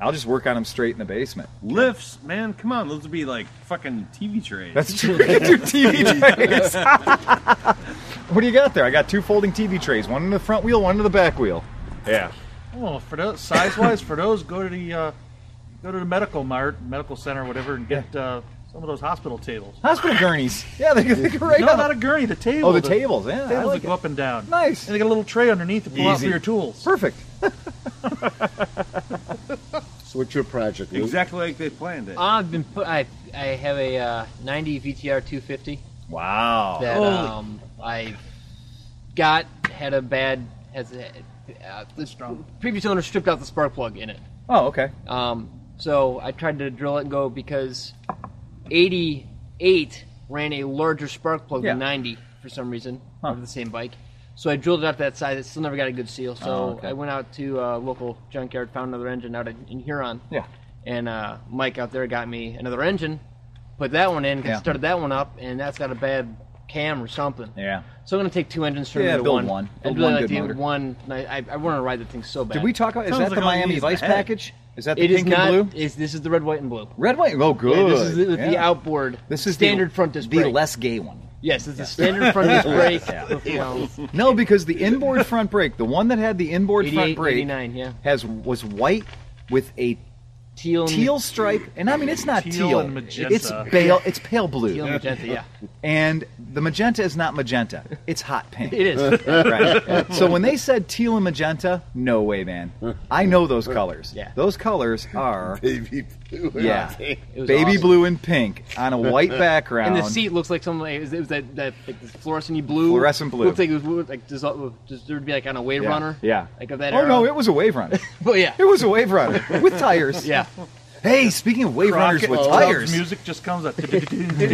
S1: I'll just work on them straight in the basement.
S2: Lifts, man, come on, those would be like fucking TV trays.
S1: That's true. Two TV trays. what do you got there? I got two folding TV trays, one in the front wheel, one in the back wheel. Yeah.
S6: Well, Oh, for those size wise, for those, go to the uh, go to the medical mart, medical center, whatever, and get uh, some of those hospital tables.
S1: Hospital gurneys. Yeah, they, they go right
S6: No,
S1: on
S6: not a gurney. The table.
S1: Oh, the tables. Yeah, I
S6: Tables
S1: like it.
S6: that go up and down.
S1: Nice.
S6: And they got a little tray underneath to pull out for
S1: Easy.
S6: your tools.
S1: Perfect.
S4: So, what's your project, Luke?
S2: exactly like they planned it.
S3: I've been put. I I have a uh, 90 VTR 250
S1: Wow.
S3: that
S6: holy-
S3: um I got had a bad has a, uh, the previous owner stripped out the spark plug in it.
S1: Oh, okay.
S3: Um, so I tried to drill it and go because 88 ran a larger spark plug
S1: Yeah.
S3: than 90 for some reason
S1: Huh.
S3: of the same bike. So I drilled it out to that size. It still never got a good seal. So
S1: Oh, okay.
S3: I went out to a local junkyard, found another engine out in in Huron.
S1: Yeah.
S3: And uh, Mike out there got me another engine, put that one in,
S1: Yeah.
S3: started that one up, and that's got a bad cam or something.
S1: Yeah.
S3: So I'm gonna take two engines, turn
S1: Yeah,
S3: them into
S1: build
S3: one.
S1: one.
S3: I'd
S1: Build
S3: really
S1: one
S3: like
S1: good
S3: to get
S1: motor.
S3: one. I, I, I want to ride the thing so bad.
S1: Did we talk about? Is
S6: Sounds
S1: that the
S6: like all
S1: Miami
S6: these
S1: Vice
S6: ahead.
S1: package? Is that the
S3: It is
S1: pink
S3: not.
S1: and blue?
S3: Is this is the red, white, and blue?
S1: Red, white. Oh,
S3: And
S1: good.
S3: this is the, with the
S1: Yeah.
S3: outboard.
S1: This is the-
S3: standard front disc
S1: The
S3: brake.
S1: less gay one.
S3: yes, it's the standard front disc brake.
S1: Yeah.
S3: You know,
S1: No, because the inboard front brake, the one that had the inboard
S3: 88,
S1: front brake,
S3: 89, yeah.
S1: has was white with a
S3: Teal, and-
S1: teal stripe, and I mean it's not teal,
S6: Teal and magenta.
S1: it's pale, it's pale blue,
S3: teal and magenta. Yeah,
S1: and the magenta is not magenta, it's hot pink.
S3: it is.
S1: Right. So when they said teal and magenta, no way, man. I know those colors.
S3: Yeah.
S1: Those colors are
S4: Baby blue.
S1: yeah,
S3: It was
S1: baby
S3: awesome.
S1: blue and pink on a white background.
S3: And the seat looks like something. It was, it was that that like, this fluorescent blue.
S1: Fluorescent blue.
S3: Looked like it was like uh, dissolve, just, there'd be like on a wave
S1: yeah.
S3: runner.
S1: Yeah.
S3: Like of that.
S1: Oh
S3: era.
S1: no, it was a wave runner.
S3: But yeah.
S1: It was a wave runner with tires.
S3: Yeah.
S1: Hey, speaking of wave runners with
S4: Crockett-
S1: tires,
S6: Music just comes up.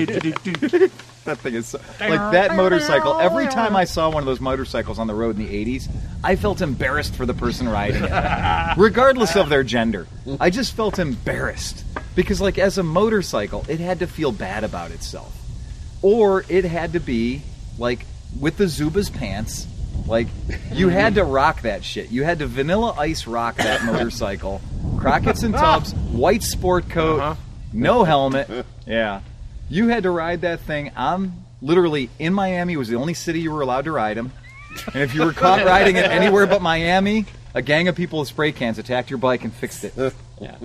S1: that thing is so, like that motorcycle. Every time I saw one of those motorcycles on the road in the '80s, I felt embarrassed for the person riding it, regardless of their gender. I just felt embarrassed because, like, as a motorcycle, it had to feel bad about itself, or it had to be like with the Zuba's pants. Like, you had to rock that shit. You had to Vanilla Ice rock that motorcycle. Crockett's and Tubbs, white sport coat,
S3: Uh-huh.
S1: no helmet. Yeah. You had to ride that thing. I'm literally in Miami was the only city you were allowed to ride him. And if you were caught riding it anywhere but Miami, a gang of people with spray cans attacked your bike and fixed it.
S3: Yeah.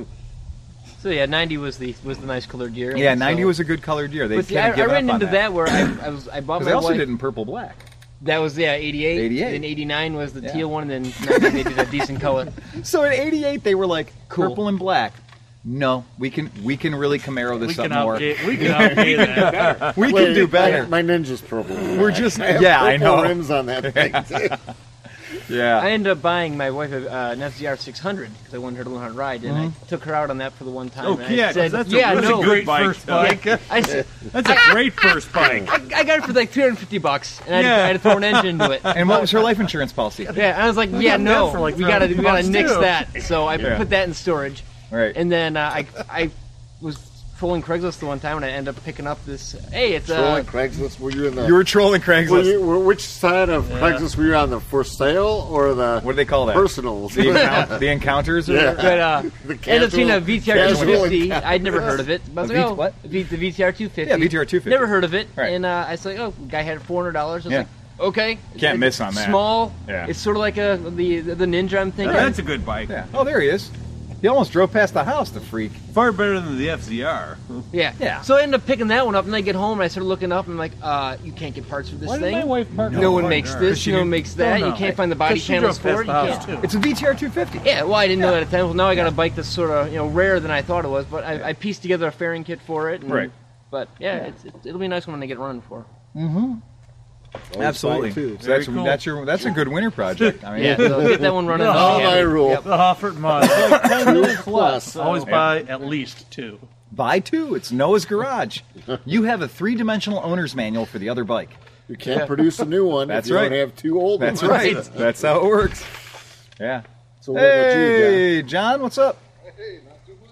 S3: So yeah, 90 was the was the nice colored year.
S1: Yeah,
S3: And
S1: 90
S3: so-
S1: was a good colored year. They
S3: But
S1: kind
S3: see, I,
S1: of
S3: I
S1: give
S3: ran
S1: up on
S3: into that.
S1: that
S3: where I, I was I bought
S1: because
S3: my
S1: they also
S3: wife.
S1: did in purple black.
S3: That was yeah 88.
S1: 88.
S3: And 89 was the
S1: Yeah.
S3: teal one. And then 90 they did a decent color.
S1: So in '88 they were like
S3: Cool.
S1: purple and black. No, we can we can really Camaro this
S6: We
S1: up
S6: can
S1: more.
S6: outgate. We can outgate that.
S1: We
S4: Wait,
S1: can do
S4: my-
S1: better.
S4: My, ninja's purple.
S1: We're just
S4: I have
S1: yeah, I
S4: purple
S1: know.
S4: rims on that thing. too.
S1: Yeah,
S3: I ended up buying my wife a, uh, an FZR 600 because I wanted her to learn how to ride, and
S1: Mm-hmm.
S3: I took her out on that for the one time.
S2: Oh,
S3: and
S2: yeah,
S3: I
S2: 'cause
S3: said,
S2: that's a
S3: yeah,
S2: really
S3: no,
S2: good
S6: Great
S2: bike,
S6: first
S2: though.
S6: bike.
S3: I, s-
S5: That's a great first bike.
S3: I, I got it for like 350 bucks, and I, had, to,
S1: Yeah.
S3: I had to throw an engine into it.
S1: and what was her life insurance policy?
S3: Yeah, and I was like, yeah,
S6: got
S3: no,
S6: that for, like,
S3: we gotta we
S6: 350
S3: gotta
S6: bucks,
S3: nix
S6: too.
S3: that. So I
S1: Yeah.
S3: put that in storage,
S1: Right.
S3: and then uh, I I was trolling Craigslist the one time, and I ended up picking up this. Hey, it's
S4: Trolling
S3: uh,
S4: Craigslist. Were you in the?
S1: you were trolling
S4: were
S1: Craigslist.
S4: you, were- which side of Craigslist were you on? The for sale or the
S1: what do they call that?
S4: personal?
S1: The, encount- the encounters. or-
S4: Yeah.
S3: but uh,
S4: The
S3: ended up seeing a
S4: casual-
S3: VTR
S4: casual
S3: 250. I'd never heard of it. But I was
S1: A
S3: like,
S1: V-
S3: oh,
S1: what?
S3: V- the VTR 250.
S1: Yeah, VTR 250.
S3: Never heard of it.
S1: Right.
S3: And uh, I was like, oh, guy had $400. I was
S1: Yeah.
S3: like, okay.
S1: Can't
S3: It's
S1: miss on that.
S3: Small.
S1: Yeah.
S3: It's sort of like a the the Ninja I'm thinking.
S2: That's a good bike.
S1: Yeah. Oh, there he is. He almost drove past the house, the freak.
S2: Far better than the FZR.
S3: Yeah.
S1: Yeah.
S3: So I ended up picking that one up, and I get home and I started looking up, and I'm like, uh, you can't get parts for this
S6: Why did
S3: thing.
S6: my wife park
S3: no one
S2: Why
S3: makes
S2: not?
S3: this, no one makes that.
S6: No, no.
S3: You can't find the body
S6: Because she
S3: panels
S6: drove
S3: for it. You
S6: past the
S3: can't.
S6: house, too.
S1: It's a VTR 250.
S3: Yeah, well, I didn't know that at the time. Well, now I got a bike that's sort of you know rarer than I thought it was, but I, I pieced together a fairing kit for it. And,
S1: Right.
S3: But yeah, It's, it, it'll be a nice one when I get running for.
S4: Old
S1: Absolutely.
S4: side, too.
S1: So that's
S6: Very cool.
S1: that's your that's a good winter project. I mean,
S3: Yeah, so get that one running.
S4: Oh, my rule.
S3: Yep.
S6: The Hoffert Mod. Like Ten minutes
S4: plus.
S6: left. uh, Always
S1: Yeah.
S6: buy at least two.
S1: buy two. It's Noah's Garage. You have a three dimensional owner's manual for the other bike.
S4: You can't produce a new one
S1: That's
S4: if you
S1: right.
S4: don't have two old
S1: That's
S4: ones.
S1: right. That's how it works. Yeah.
S4: So what about you, John?
S1: Hey, John, what's up?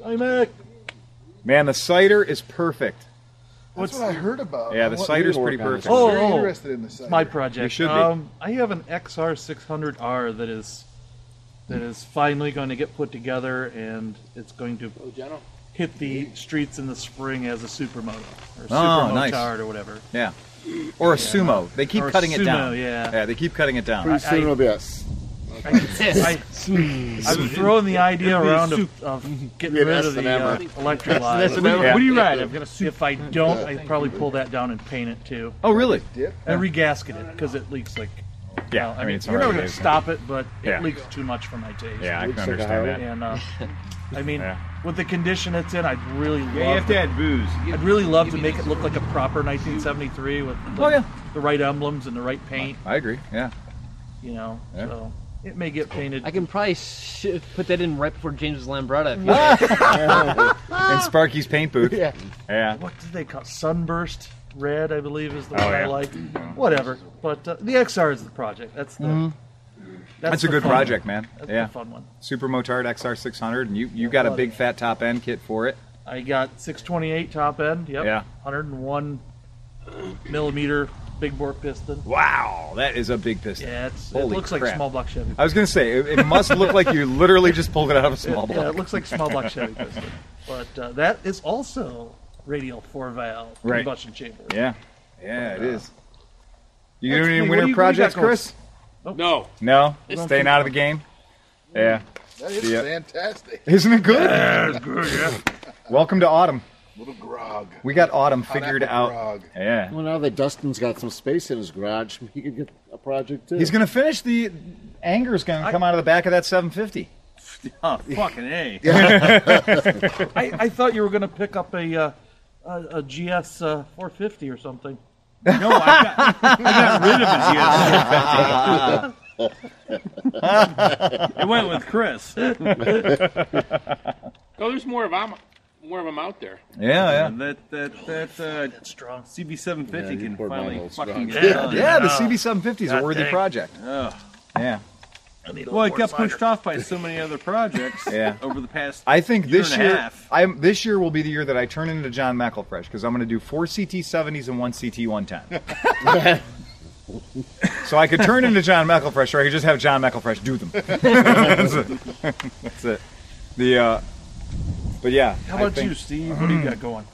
S6: Hey, Mac.
S1: Man, the cider is perfect.
S7: That's what I heard about.
S1: Yeah, the
S7: I want
S1: cider's
S7: you to
S1: pretty
S7: work on this.
S1: perfect.
S7: I'm very
S6: Oh, oh.
S7: interested in the cider.
S6: my project.
S1: You should be.
S6: Um, I have an XR 600R that is that is finally going to get put together, and it's going to
S1: Oh,
S6: hit the streets in the spring as a supermoto or supermotard
S1: Oh, nice.
S6: or whatever.
S1: Yeah. Or a sumo. They keep
S6: Or a
S1: cutting it
S6: sumo,
S1: down.
S6: yeah.
S1: Yeah, they keep cutting it down.
S4: Pretty
S6: I-
S4: soon it'll be us.
S6: I, I'm throwing the idea around of, of getting
S4: It'd be
S6: rid
S4: an
S6: of the
S4: S&M.
S6: uh, electrolyze.
S3: That's an S&M.
S6: What do you
S4: Yeah.
S6: ride? I'm gonna. If I don't, I probably pull that down and paint it too.
S1: Oh, really?
S7: dip.
S6: and regasket it because it leaks like.
S1: Yeah,
S6: well,
S1: I mean, it's
S6: you're never
S1: already
S6: going to
S1: leaking.
S6: stop it, but
S1: Yeah.
S6: it leaks too much for my taste.
S1: Yeah, I can
S4: Looks like a
S1: understand
S4: highway.
S1: that.
S6: and uh, I mean,
S1: Yeah.
S6: with the condition it's in, I'd really love.
S2: Yeah, you have to add booze.
S6: I'd really love to make it look like a proper 1973 with like,
S1: Oh, yeah.
S6: the right emblems and the right paint.
S1: I agree. Yeah.
S6: You know,
S1: Yeah.
S6: so it may get painted.
S3: I can probably sh- put that in right before James's Lambretta. If you
S1: In Sparky's paint booth.
S3: Yeah.
S1: Yeah.
S6: What do they call sunburst red? I believe is the
S1: Oh,
S6: one I
S1: yeah.
S6: like. Whatever, but uh, the XR is the project. That's the.
S1: That's, a
S6: the
S1: good
S6: fun
S1: project,
S6: one.
S1: man.
S6: That's
S1: yeah.
S6: the fun one.
S1: Super Motard XR600, and you, you got a big fat top end kit for it.
S6: I got 628 top end. Yep.
S1: Yeah.
S6: 101 millimeter big bore piston.
S1: Wow, that is a big piston.
S6: Yeah, it's, it
S1: Holy
S6: looks like
S1: crap.
S6: small block Chevy.
S1: I was gonna say it, it must look like you literally just pulled it out of a small
S6: Yeah,
S1: block.
S6: it looks like small block Chevy piston. But uh, that is also radial four valve
S1: Right.
S6: combustion chamber.
S1: yeah, yeah, it is. You
S6: Let's
S1: doing
S6: see,
S1: any
S6: what do
S1: winter
S6: you- what do you got
S1: projects,
S6: going?
S1: Chris?
S5: No.
S1: No,
S5: It's-
S1: staying out of the game. Yeah,
S7: That is
S1: Yeah.
S7: fantastic.
S1: isn't it good? Welcome to autumn.
S7: Little grog.
S1: We got autumn
S7: Pineapple
S1: figured out.
S7: grog.
S1: Yeah,
S4: Well, now that Dustin's got some space in his garage, he could get a project too.
S1: he's gonna finish the. Anger's gonna come out of the back of that 750.
S2: Oh, fucking a!
S6: I, I thought you were going to pick up a uh, a, a GS uh, 450 or something.
S2: No, I got, I got rid of his yes. it went with Chris.
S5: No, there's more of them. More of 'em out there.
S1: Yeah,
S2: That that that uh,
S6: That's strong.
S2: CB750
S4: Yeah,
S2: can
S4: you poured my
S2: finally
S4: whole
S2: fucking
S4: scotch.
S2: get done.
S1: yeah, yeah. The
S6: Oh.
S1: CB750 is a
S6: God
S1: worthy
S6: dang.
S1: project. Yeah.
S6: I need a
S2: Well, it
S6: little
S2: got
S6: more
S2: pushed off by so many other projects
S1: Yeah.
S2: over the past.
S1: I think
S2: Year
S1: this
S2: and a
S1: year,
S2: half.
S1: I'm this year will be the year that I turn into John McElfresh because I'm going to do four CT seventies and one CT one ten. so I could turn into John McElfresh, or I could just have John McElfresh do them. that's, it. That's it. The, uh, but yeah,
S6: How
S1: I
S6: about
S1: think-
S6: you, Steve? What do you got going?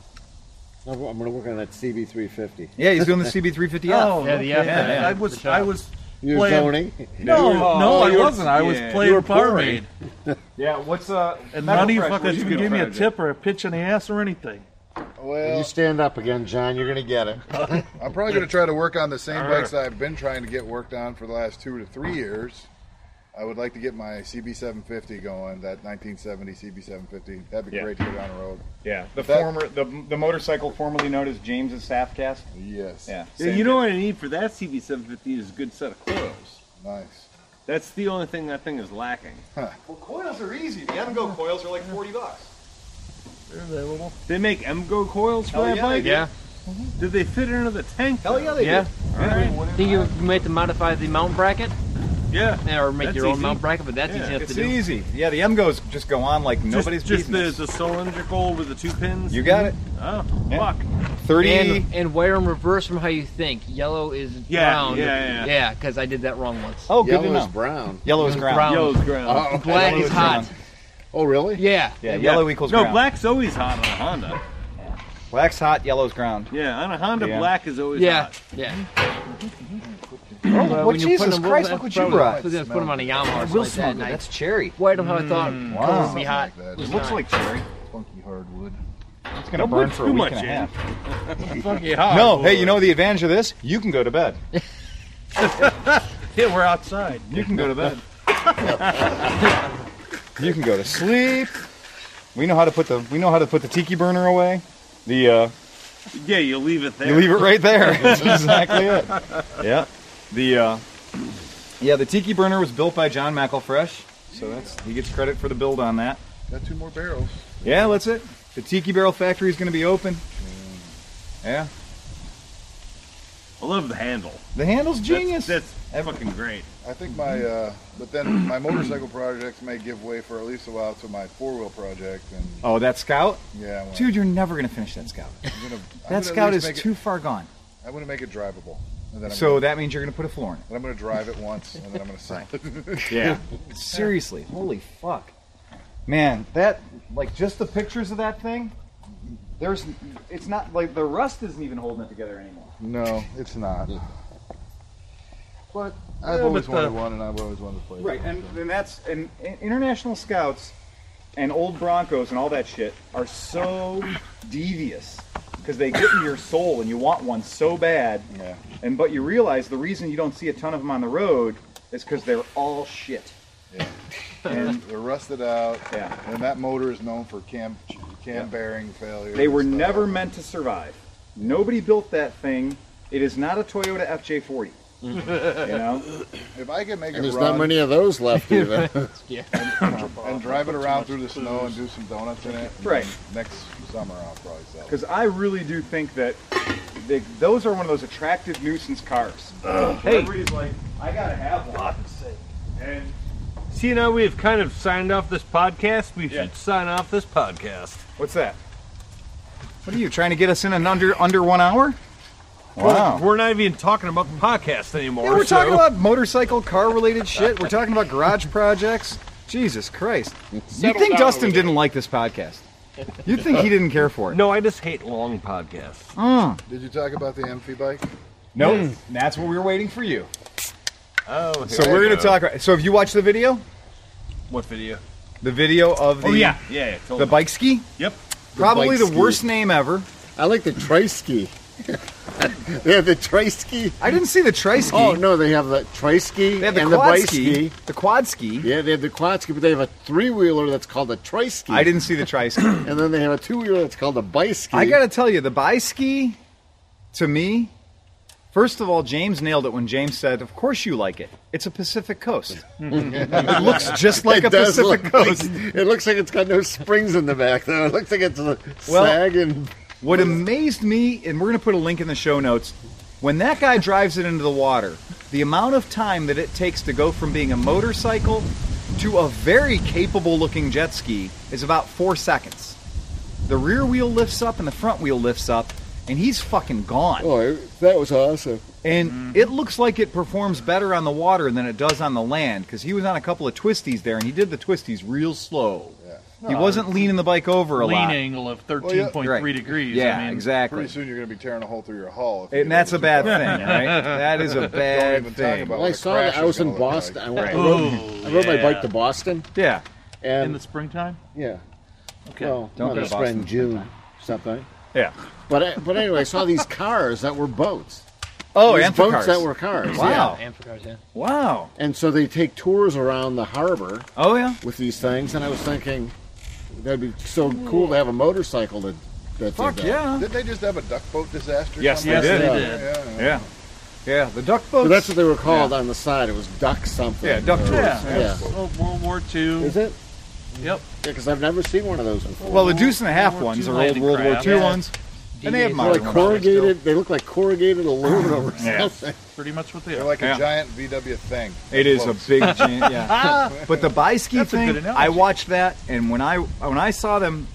S4: No, I'm going to work on that CB350.
S1: Yeah, he's doing the CB three fifty L.
S6: Oh.
S3: Yeah, the F
S1: at it.
S6: I was I was
S4: You're
S6: playing.
S4: zoning.
S6: No, no, I
S2: you were-
S6: wasn't. I was
S2: yeah.
S6: playing
S4: You were pouring.
S6: barmaid,
S1: Yeah, what's uh?
S6: and
S1: Metal
S6: none of you
S1: Fresh, what
S6: fuckers
S1: you
S6: could
S1: doing?
S6: give me a tip or a pitch in the ass or anything.
S4: If
S7: Well,
S4: you stand up again, John, you're going to get it.
S7: I'm probably going to try to work on the same bikes I've been trying to get worked on for the last two to three years. I would like to get my CB750 going, that 1970 CB750. That'd be
S1: Yeah.
S7: great to get on the road.
S1: Yeah, the
S7: That-
S1: former the the motorcycle formerly known as James's Safcast.
S7: Yes.
S1: Yeah,
S2: Yeah,
S1: same
S2: you know
S1: thing.
S2: what I need for that CB750 is a good set of coils.
S7: Nice.
S2: That's the only thing that thing is lacking.
S1: Well, coils are easy. The MGO coils are like forty bucks.
S6: They're available.
S2: They make MGO coils for
S1: Hell
S2: that
S1: yeah,
S2: bike?
S1: they do. Yeah.
S2: Did they fit into the tank?
S1: Hell yeah, they
S3: Yeah.
S1: do.
S3: Think you might have to modify the mount bracket
S2: Yeah.
S3: or make
S2: That's
S3: your own
S2: easy.
S3: mount bracket, but that's
S2: Yeah,
S3: easy enough to
S1: It's
S3: do.
S1: easy. Yeah, the M goes just go on like
S2: Just-
S1: nobody's
S2: just,
S1: business.
S2: the, the cylindrical with the two pins.
S1: you got it.
S2: Oh,
S1: Yeah.
S2: fuck.
S1: Thirty.
S3: And, and wear them reverse from how you think. Yellow is
S2: Yeah,
S3: brown.
S2: yeah, yeah, yeah.
S3: because I did that wrong once.
S1: oh, good to
S4: Yellow is
S1: know.
S4: brown.
S1: Yellow is
S3: It was
S1: ground.
S3: brown.
S2: Yellow's ground.
S4: Oh,
S3: Black
S1: Yellow
S3: is hot.
S1: ground.
S4: oh, really?
S3: Yeah.
S1: Yeah, yellow
S2: Yeah.
S1: equals
S2: No,
S1: ground.
S2: black's always hot on a Honda.
S1: Black's hot. Yellow's ground.
S2: Yeah, on a Honda,
S1: Yeah.
S2: black is always
S3: Yeah.
S2: hot.
S3: Yeah.
S1: Oh,
S3: But when you put them- probably- Put them put them on a Yamaha or something like that. and I
S1: That's cherry.
S3: wired them how I thought. it
S1: wow.
S3: would be hot.
S7: Something like that.
S1: It looks like cherry.
S7: Funky hardwood.
S1: It's gonna
S2: Don't
S1: burn
S2: put
S1: for a
S2: too
S1: week
S2: much
S1: and a
S2: in.
S1: half.
S6: yeah,
S1: No, hey, you know the advantage of this? You can go to bed.
S6: yeah, we're outside.
S1: You can go to bed. you can go to sleep. We know how to put the we know how to put the tiki burner away. The uh,
S2: Yeah, you leave it there.
S1: You leave it right there. That's exactly it. Yeah. The uh, yeah, the tiki burner was built by John McElfresh, so that's he gets credit for the build on that.
S7: Got two more barrels.
S1: Yeah, that's it. The tiki barrel factory is going to be open. Yeah,
S2: I love the handle.
S1: the handle's genius.
S2: That's, that's fucking great.
S7: I think my, uh, but then my motorcycle projects may give way for at least a while to my four wheel project. And
S1: oh, that scout,
S7: yeah, I'm gonna-
S1: dude, you're never going to finish that scout.
S7: I'm gonna, I'm gonna
S1: That
S7: at
S1: scout
S7: least
S1: is
S7: make it-
S1: too far gone.
S7: I'm going to make it drivable. And then I'm
S1: So
S7: gonna,
S1: that means you're going to put a floor in
S7: then I'm going to drive it once, and then I'm going to sell it.
S1: it. Yeah. Seriously, holy fuck, man, that like just the pictures of that thing. There's, it's not like the rust isn't even holding it together anymore.
S7: No, it's not. But I've
S6: Yeah,
S7: always
S6: but
S7: wanted
S6: the-
S7: one, and I've always wanted to play.
S1: uh, Right,
S7: with
S1: and,
S7: one,
S1: and that's and, and international scouts and old Broncos and all that shit are so devious because they get in your soul and you want one so bad.
S7: so- yeah.
S1: And but you realize the reason you don't see a ton of them on the road is because they're all shit.
S7: And they're rusted out.
S1: Yeah,
S7: And that motor is known for cam cam bearing failure.
S1: they were never meant to survive. Nobody built that thing. It is not a Toyota FJ40. you know,
S7: If I could make
S4: And
S7: it
S4: there's
S7: run
S4: not many of those left either.
S7: and drive it around through the snow and do some donuts in it,
S1: Right.
S7: Next summer I'll probably sell it.
S1: because I really do think that they, those are one of those attractive nuisance cars. hey, everybody's like, I gotta have one. And
S2: See, now we've kind of signed off this podcast. We
S1: Yeah.
S2: should sign off this podcast.
S1: What's that? What are you trying to get us in an under under one hour? Wow.
S2: We're not even talking about the podcast anymore.
S1: Yeah, we're
S2: so-
S1: talking about motorcycle, car related shit. We're talking about garage projects. Jesus Christ. you
S5: Settle
S1: think
S5: down
S1: Dustin
S5: over there.
S1: didn't like this podcast. you think he didn't care for it.
S2: No, I just hate long podcasts.
S7: Did you talk about the Amphi bike?
S1: Nope. That's what we were waiting for you.
S2: Oh,
S1: So we're going to talk. So have you watched the video?
S2: What video?
S1: The video of the,
S2: oh yeah, yeah, yeah
S1: the
S2: totally.
S1: bike ski?
S2: Yep.
S1: Probably
S4: bike
S1: the
S4: ski.
S1: worst name ever.
S4: I like the Tri-Ski. yeah, the Tri-Ski.
S1: I didn't see the tri ski.
S4: Oh, no, they have the Tri-Ski
S1: They have the
S4: and
S1: quad
S4: the
S1: ski.
S4: Biski.
S1: The quad ski.
S4: Yeah, they have the quad ski, but they have a three-wheeler that's called the Tri-Ski.
S1: I didn't see the tri ski.
S4: And then they have a two-wheeler that's called the Biski.
S1: I gotta tell you, the bi ski, to me, first of all, James nailed it when James said, "Of course you like it. It's a Pacific Coast. it looks just like
S4: Mm-hmm. It
S1: a
S4: does
S1: Pacific
S4: look like-
S1: Coast."
S4: it looks like it's got no springs in the back, though. It looks like it's a
S1: Well-
S4: sag and
S1: What amazed me, and we're gonna put a link in the show notes, when that guy drives it into the water, the amount of time that it takes to go from being a motorcycle to a very capable-looking jet ski is about four seconds. The rear wheel lifts up and the front wheel lifts up, and he's fucking gone.
S4: oh, it- that was awesome.
S1: And it looks like it performs better on the water than it does on the land because he was on a couple of twisties there and he did the twisties real slow. He wasn't leaning the bike over a
S6: Lean
S1: lot.
S6: angle of 13.3
S1: Right.
S6: degrees.
S1: Yeah,
S6: I mean,
S1: exactly.
S7: Pretty soon you're going to be tearing a hole through your hull. if you
S1: And
S7: do
S1: that's
S7: it
S1: a
S7: too
S1: bad
S7: far.
S1: thing, right? That is a
S7: Don't
S1: bad
S7: even talk
S1: thing.
S4: Well,
S7: about what
S4: I
S7: a
S4: saw
S7: Oh, crash
S4: that. I
S7: is
S4: was in
S7: gonna look
S4: Boston.
S7: like.
S4: I,
S1: Oh,
S4: went, I
S6: Right.
S4: rode, I rode my bike to Boston,
S1: Yeah.
S4: and
S6: in the springtime.
S4: yeah,
S6: Okay.
S4: well,
S1: Don't
S4: not
S1: go to
S4: a spring,
S1: Boston
S4: June, something.
S1: Yeah.
S4: But I, but anyway, I saw these cars that were boats.
S1: Oh,
S4: These
S1: and for
S4: boats
S1: cars.
S4: that were cars. yeah.
S1: Wow.
S3: And for cars, yeah.
S1: Wow.
S4: And so they take tours around the harbor
S1: Oh, yeah.
S4: with these things, and I was thinking that'd be so cool to have a motorcycle that that
S1: Fuck
S4: did that.
S1: yeah.
S7: Didn't they just have a duck boat disaster?
S1: Yes,
S7: somewhere?
S1: they did.
S6: They
S4: Yeah.
S6: did.
S7: Yeah.
S1: Yeah. Yeah. The duck
S4: But
S1: boats.
S4: that's what they were called on the side. It was duck something.
S1: yeah, duck
S4: or-
S1: tours.
S6: Yeah.
S4: Yeah.
S6: Well, World War II.
S4: Is it?
S6: Yep.
S4: Yeah, because I've never seen one of those before.
S1: Well, the deuce and a half
S6: World War
S1: ones
S6: II
S1: are old
S6: landing
S1: World War
S6: craft.
S1: II
S6: Yeah.
S1: ones. And they have
S3: DBAs.
S4: They're
S1: modern
S4: like
S1: ones.
S4: corrugated. They look like corrugated aluminum or
S1: Yeah.
S4: something.
S6: Pretty much what they
S7: They're
S6: are.
S7: like
S1: Yeah.
S7: a giant VW thing.
S1: It is a
S7: Floats.
S1: big, gen- yeah. but the bi ski
S6: That's a good
S1: thing,
S6: analogy.
S1: I watched that, and when I when I saw them,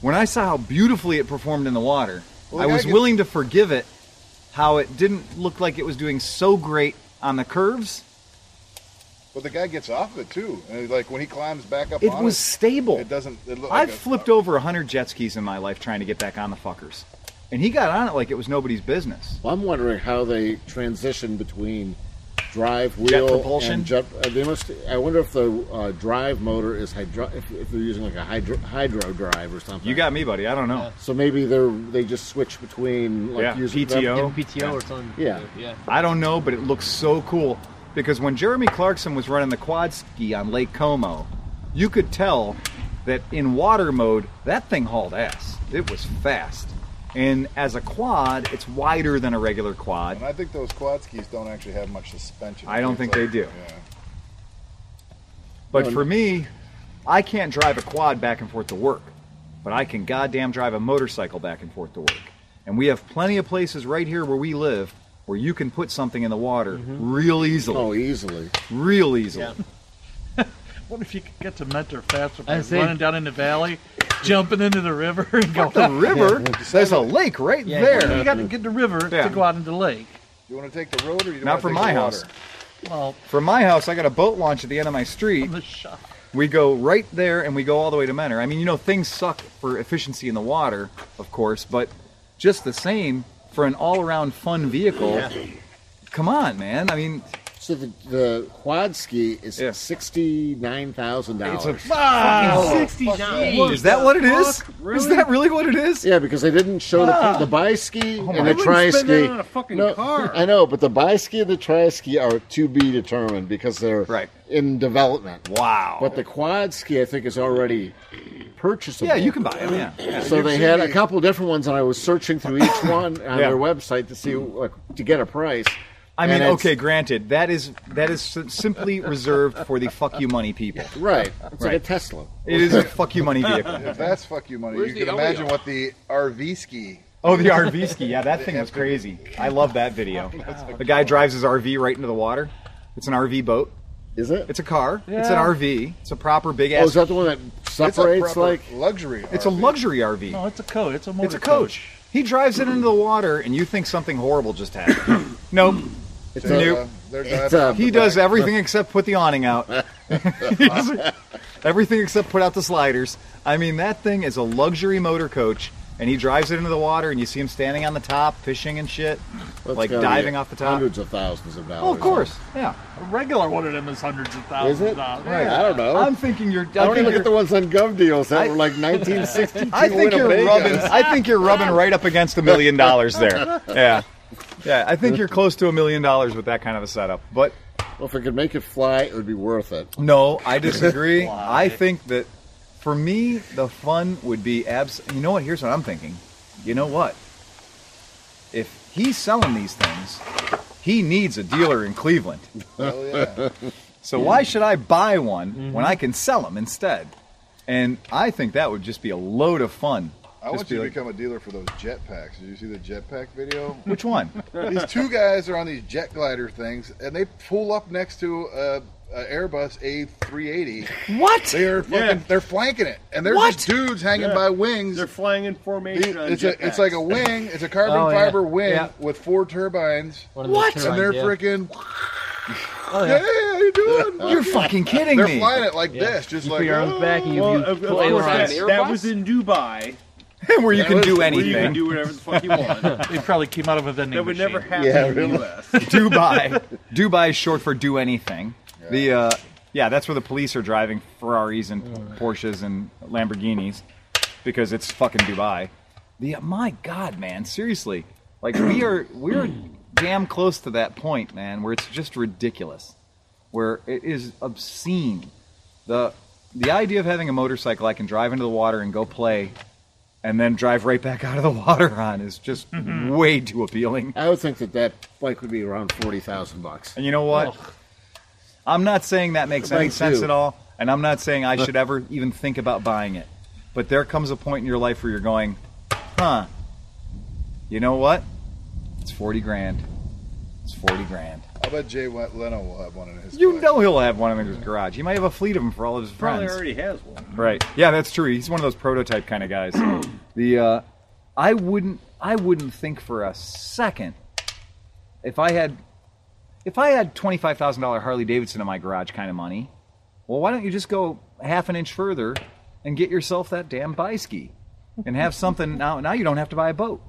S1: when I saw how beautifully it performed in the water,
S7: Well,
S1: I
S7: the guy
S1: was
S7: gets-
S1: willing to forgive it. How it didn't look like it was doing so great on the curves.
S7: But the guy gets off of it too. And like when he climbs back up
S1: It
S7: on
S1: was
S7: it,
S1: stable.
S7: it doesn't. It look
S1: I've
S7: like a-
S1: flipped over a hundred jet skis in my life trying to get back on the fuckers, and he got on it like it was nobody's business.
S4: Well, I'm wondering how they transition between drive wheel
S1: propulsion?
S4: and jet. Uh, they must. I wonder if the uh, drive motor is hydro. If, if they're using like a hydro, hydro drive or something.
S1: You got me, buddy. I don't know.
S4: So maybe they're they just switch between like
S1: Yeah,
S4: using
S1: PTO.
S3: Give PTO or something.
S4: Yeah.
S3: Yeah.
S1: I don't know, but it looks so cool because when Jeremy Clarkson was running the quad ski on Lake Como, you could tell that in water mode, that thing hauled ass. It was fast. And as a quad, it's wider than a regular
S7: And
S1: quad.
S7: I think those quad skis don't actually have much suspension.
S1: I don't think they do.
S7: Yeah.
S1: But for me, I can't drive a quad back and forth to work, but I can goddamn drive a motorcycle back and forth to work. And we have plenty of places right here where we live where you can put something in the water real
S4: Oh,
S1: easily.
S4: easily.
S1: Real easily.
S6: What if you could get to Mentor Fats by
S3: I see.
S6: running down in the valley, jumping into the river, and go?
S1: Not the river. There's a lake right
S3: Yeah,
S1: there.
S6: You got to get the river
S1: Yeah.
S6: to go out into the lake.
S7: You want to take the road or you don't
S1: Not
S7: wanna
S1: from
S7: take
S1: my
S7: the
S1: house.
S7: water?
S6: Well,
S1: From my house, I got a boat launch at the end of my street.
S6: from the shop.
S1: We go right there and we go all the way to Menor. I mean, you know, things suck for efficiency in the water, of course, but just the same for an all around fun vehicle. Come on, man. I mean,
S4: So the, the quad ski is
S1: Yeah.
S4: sixty nine thousand
S1: it's a.
S4: dollars.
S1: Is that what it is? Is that really what it is?
S4: Yeah, because they didn't show
S2: Ah.
S4: the, the bi ski
S2: Oh
S4: and
S1: my-
S4: the
S1: I
S4: tri
S2: spend
S4: ski.
S2: that on a fucking
S4: no,
S2: car.
S4: I know, but the bi ski and the tri ski are to be determined because they're
S1: Right.
S4: in development.
S1: Wow.
S4: But the quad ski, I think, is already purchasable.
S1: yeah, you can buy it. Yeah. yeah.
S4: So they had a couple different ones, and I was searching through each one on
S1: Yeah.
S4: their website to see like, to get a price.
S1: I
S4: And
S1: mean,
S4: it's-
S1: okay, granted, that is that is s- simply reserved for the fuck you money people.
S4: right? It's like a
S1: Right.
S4: Tesla.
S1: It is a fuck you money vehicle.
S7: If that's fuck you money,
S5: Where's
S7: you
S5: the
S7: can imagine
S5: Elio?
S7: what the RV ski.
S1: Oh, the RV ski. Yeah, that thing was crazy. I love that video. The guy drives his RV right into the water. It's an RV boat.
S4: Is it?
S1: It's a car. It's an RV. It's a proper big ass.
S4: oh, is that the one that
S7: It's a
S4: separates
S7: proper
S4: like?
S7: luxury.
S1: it's a
S7: RV.
S1: luxury RV.
S4: Oh,
S6: No, it's a coach. It's a motor
S1: it's a coach. He drives it into the water, and you think something horrible just happened. nope.
S4: It's
S7: There's,
S1: Nope.
S7: uh, there's
S4: It's
S7: that.
S4: a-
S1: He does everything except put the awning out. everything except put out the sliders. I mean, that thing is a luxury motor coach, and he drives it into the water, and you see him standing on the top, fishing and shit,
S4: That's
S1: like
S4: gotta be
S1: diving off the top.
S4: Hundreds of thousands of dollars.
S1: Oh, of course, yeah.
S6: A regular one of them is hundreds of
S4: Is
S6: thousands
S4: it?
S6: of dollars.
S4: I don't know.
S1: I'm thinking you're. I,
S4: Oh. I don't
S1: think
S4: even
S1: you're,
S4: get the ones on Gov deals that
S1: I-
S4: were like 1962.
S1: I think you're
S4: Winnebago.
S1: rubbing. I think you're rubbing right up against a million dollars there. Yeah, yeah. I think you're close to a million dollars with that kind of a setup, but.
S4: Well, if I could make it fly, it would be worth it.
S1: No, I disagree. I think that for me, the fun would be abs. You know what? Here's what I'm thinking. You know what? If he's selling these things, he needs a dealer in Cleveland. Oh,
S7: Hell yeah.
S1: So why should I buy one when I can sell them instead? And I think that would just be a load of fun.
S7: I
S1: Just
S7: want
S1: be
S7: you to
S1: like,
S7: become a dealer for those jetpacks. Did you see the jetpack video?
S1: Which one?
S7: these two guys are on these jet glider things, and they pull up next to a, a Airbus A380.
S1: What?
S7: They are fucking. They're flanking it, and they're just dudes hanging by wings.
S2: They're flying in formation. on
S7: it's a,
S2: jetpacks.
S7: it's like a wing. It's a carbon
S3: Oh, yeah.
S7: fiber wing
S3: Yeah.
S7: with four turbines,
S3: One of those
S1: What?
S7: and
S3: turbines,
S7: they're
S3: yeah.
S7: freaking.
S3: Oh,
S7: Yeah,
S3: yeah.
S7: how you doing?
S1: You're fucking kidding
S7: they're
S1: me.
S7: flying it like
S3: Yeah.
S7: this, just
S3: you
S7: like
S3: put your arms
S7: "Oh."
S3: back and you,
S2: Well,
S3: you
S2: of, of
S3: pull ailerons.
S2: course that, that
S5: Airbus?
S2: was in Dubai.
S1: where you
S7: That
S1: can
S7: was-
S1: do
S7: where
S2: Where you can
S1: anything.
S2: do whatever the fuck you want. that
S6: They probably came out of a vending
S2: would
S6: machine.
S2: never happen
S4: Yeah,
S2: in
S4: really.
S2: the U.S.
S1: Dubai. Dubai is short for do anything. The uh, yeah, that's where the police are driving Ferraris and Porsches and Lamborghinis because it's fucking Dubai. The uh, my god, man, seriously, like we are we're damn close to that point, man, where it's just ridiculous, where it is obscene. The the idea of having a motorcycle I can drive into the water and go play and then drive right back out of the water on is just way too appealing.
S4: I would think that that bike would be around forty thousand bucks.
S1: And you know what? I'm not saying that makes any
S4: Thank
S1: sense
S4: you.
S1: at all, and I'm not saying I should ever even think about buying it. But there comes a point in your life where you're going, huh? You know what? It's forty grand. It's forty grand.
S7: I bet Jay Wen- Leno will have one in his.
S1: You
S7: collection.
S1: know he'll have one in his garage. He might have a fleet of them for all of his
S2: Probably
S1: friends.
S2: already has one.
S1: Right. Yeah, that's true. He's one of those prototype kind of guys. the uh, I wouldn't I wouldn't think for a second if I had if I had twenty five thousand dollar Harley Davidson in my garage kind of money. Well, why don't you just go half an inch further and get yourself that damn bi ski and have something now? Now you don't have to buy a boat.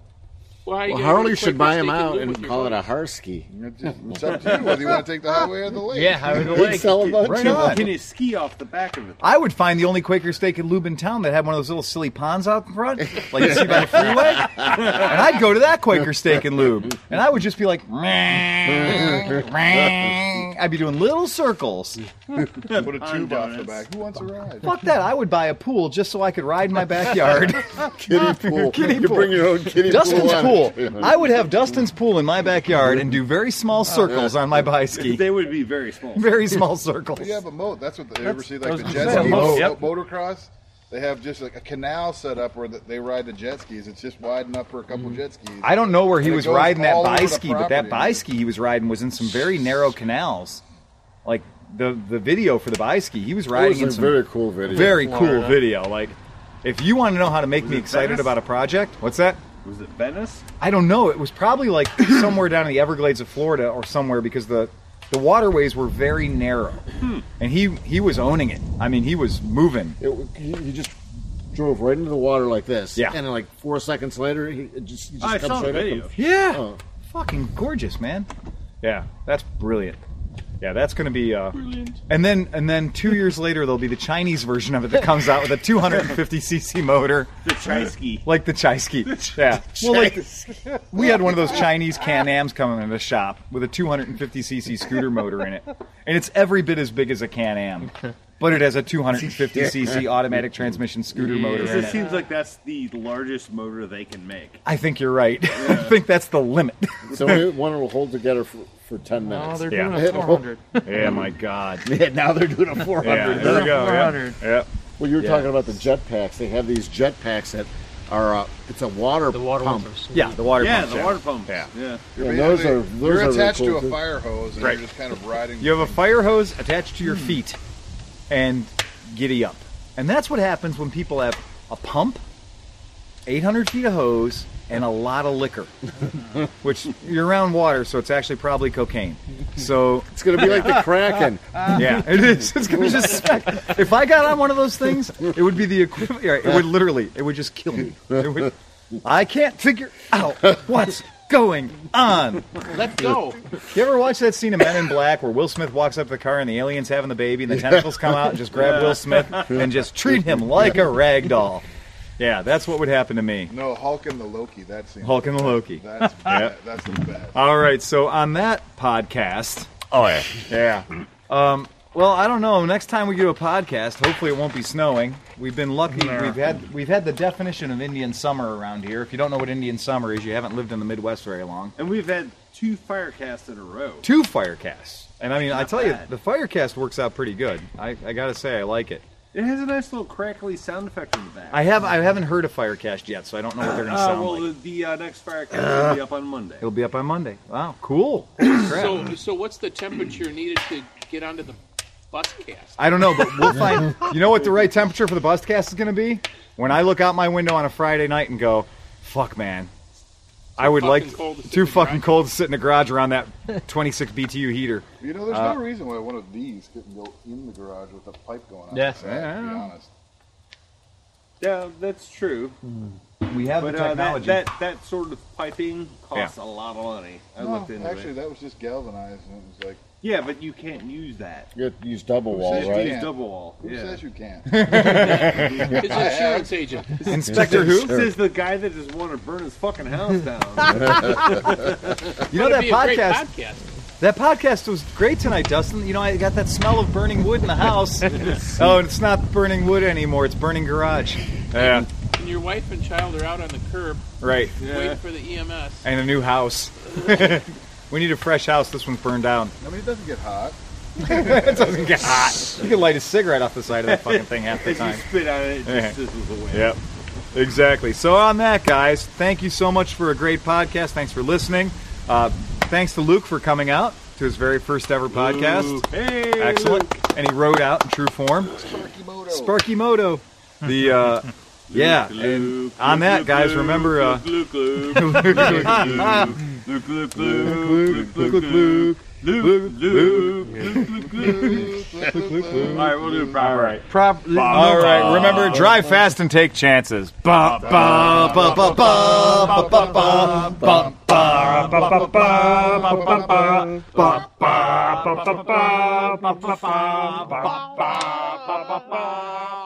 S5: Why you
S4: Well,
S5: gotta
S4: Harley
S5: really
S4: should
S5: uh, quick
S4: buy
S5: mistake
S4: him out
S5: live
S4: and
S5: with your
S4: call it a
S5: buddies.
S4: Harski.
S7: It's, just- it's up to you whether you want to take the highway or the lake.
S3: Yeah, how the
S4: He'd
S3: lake.
S4: sell a bunch
S1: Right
S4: of
S1: on.
S4: them.
S2: Can it ski off the back of it?
S1: I would find the only Quaker steak in Lubin town that had one of those little silly ponds out in front, like you see by the freeway. And I'd go to that Quaker steak and lube, and I would just be like, "Meow, meow." I'd be doing little circles.
S7: Put a tube off the back. Who wants a ride?
S1: Fuck that! I would buy a pool just so I could ride in my backyard.
S4: Kiddie pool.
S1: Kiddie
S4: you
S1: pool.
S4: bring your own kiddie
S1: Dustin's
S4: pool.
S1: pool. I would have Dustin's pool in my backyard and do very small circles on my bike ski.
S2: They would be very small.
S1: Very small circles.
S7: You have a moat. That's what the, you ever see
S6: I
S7: like
S6: was
S7: the
S6: gonna
S7: jet
S6: say, a
S7: ski
S6: moat,
S7: mo-
S6: yep.
S7: motocross. They have just like a canal set up where the, they ride the jet skis. It's just wide enough for a
S3: Mm.
S7: couple jet skis.
S1: I don't know where he
S7: And it
S1: was
S7: goes
S1: riding that
S7: all over
S1: bi
S7: the
S1: ski, but that
S7: property.
S1: bi ski he was riding was in some very narrow canals. Like the the video for the bi ski, he was
S4: It was
S1: riding
S4: a
S1: in some
S4: very cool video.
S1: very cool video. Like, if you want to know how to make me excited
S2: Venice?
S1: about a project, what's that?
S2: Was it Venice?
S1: I don't know. It was probably like somewhere down in the Everglades of Florida or somewhere because the the waterways were very narrow,
S7: Hmm.
S1: and he he was owning it. I mean, he was moving.
S4: It, w- he, he just drove right into the water like this.
S1: Yeah.
S4: And like four seconds later, he it just, he just
S2: I
S4: comes
S2: saw the
S4: right up
S2: video.
S4: and-
S1: Yeah.
S4: Oh.
S1: Fucking gorgeous, man. Yeah, that's brilliant. Yeah, that's going to be uh, brilliant. And then and then two years later, there'll be the Chinese version of it that comes out with a 250cc motor,
S2: The Chai-ski.
S1: like the Chai Ski. Yeah. Well, like we had one of those Chinese Can-Ams coming in the shop with a 250cc scooter motor in it, and it's every bit as big as a Can-Am, but it has a 250cc automatic transmission scooter motor in
S2: It
S1: it.
S2: seems like that's the largest motor they can make.
S1: I think you're right. I think that's the limit.
S4: So it- one will hold together for, for 10
S6: Oh,
S4: minutes.
S6: they're
S1: Yeah.
S6: doing a 400.
S1: yeah, my God.
S4: yeah, now they're doing a 400.
S1: Yeah, there we go. Yeah.
S6: 400.
S1: Yep.
S4: Well, you were
S1: Yeah.
S4: talking about the jet packs. They have these jet packs that are, uh, it's a water
S3: The water
S4: pump.
S3: pumpers.
S1: Yeah, the water
S2: yeah,
S1: pump,
S2: the water pump.
S1: Yeah.
S7: You're
S4: And those
S7: basically-
S4: are- those
S7: you're
S4: are really
S7: attached
S4: cool,
S7: to a
S4: too.
S7: fire hose and
S1: Right.
S7: you're just kind of riding.
S1: You have a fire hose attached to your feet and giddy up. And that's what happens when people have a pump, 800 feet of hose, and a lot of liquor, which you're around water, so it's actually probably cocaine. So
S4: It's going to be like the Kraken.
S1: yeah, it is. It's gonna just. smack. If I got on one of those things, it would be the equivalent. yeah, It would literally. It would just kill me. It would, I can't figure out what's going on.
S5: Let's go.
S1: You ever watch that scene of Men in Black where Will Smith walks up to the car and the aliens having the baby and the tentacles come out and just grab Will Smith and just treat him like a rag doll? Yeah, that's what would happen to me.
S7: No, Hulk and the Loki. That seems
S1: Hulk and the Loki.
S7: That's bad. That's the best.
S1: All right, so on that podcast,
S8: Oh yeah.
S1: yeah. Um, well, I don't know. Next time we do a podcast, hopefully it won't be snowing. We've been lucky. We've had we've had the definition of Indian summer around here. If you don't know what Indian summer is, you haven't lived in the Midwest very long.
S2: And we've had two firecasts in a row.
S1: two fire casts. And I mean, I tell
S2: bad.
S1: you, the fire cast works out pretty good. I, I gotta say, I like it.
S2: It has a nice little crackly sound effect in the back.
S1: I have I haven't heard a fire cast yet, so I don't know what they're gonna
S2: uh,
S1: sound
S2: well,
S1: like.
S2: the, the uh, next firecast will be up on Monday.
S1: It'll be up on Monday. Wow, cool. Crap.
S5: So, so what's the temperature needed to get onto the bus cast?
S1: I don't know, but we'll find. You know what the right temperature for the bus cast is gonna be? When I look out my window on a Friday night and go, "Fuck, man." I would
S5: fucking
S1: like
S5: cold to sit
S1: too
S5: in the
S1: fucking
S5: garage.
S1: cold to sit in the garage around that 26 BTU heater.
S7: You know, there's
S2: Uh,
S7: no reason why one of these couldn't go in the garage with a pipe going out.
S3: Yes.
S7: the side, to be
S1: Yeah.
S7: honest.
S2: Yeah, that's true.
S1: We have
S2: But
S1: the
S2: uh, that,
S1: technology.
S2: that that sort of piping costs a lot of money. I
S7: No,
S2: looked into
S7: actually,
S2: it.
S7: that was just galvanized, and it was like,
S2: Yeah, but you can't use that.
S4: You have to use double
S7: says
S4: wall,
S7: you
S4: right?
S2: Use
S7: can't.
S2: double wall.
S7: who
S2: yeah.
S7: says you can't?
S5: His insurance agent.
S1: Inspector who?
S2: Says the guy that just wanted to burn his fucking house down.
S1: You know
S5: That'd
S1: that
S5: be a great
S1: podcast
S5: podcast.
S1: That podcast was great tonight, Dustin. You know, I got that smell of burning wood in the house. oh, and it's not burning wood anymore; it's burning garage. Yeah,
S5: And your wife and child are out on the curb
S1: right.
S5: waiting for the E EMS.
S1: And a new house. we need a fresh house. This one's burned down.
S7: I mean, it doesn't get hot.
S1: It doesn't get hot. You can light a cigarette off the side of that fucking thing half the
S2: As you
S1: time.
S2: spit on it, it just sizzles away.
S1: Yep. Exactly. So on that, guys, thank you so much for a great podcast. Thanks for listening. Uh, thanks to Luke for coming out to his very first ever podcast.
S2: Hey,
S1: Excellent. And he rode out in true form. Sparky Moto. The uh, yeah. And on that, guys, remember uh,
S2: Luke, Luke, Luke, Luke, Luke, Luke, Luke, Luke, Luke, Luke, Luke, Luke, Luke, Luke. All right, we'll do it proper.
S1: all right, prop. All right, remember, drive fast and take chances. Ba ba ba ba ba ba ba ba ba ba ba ba ba ba ba ba ba.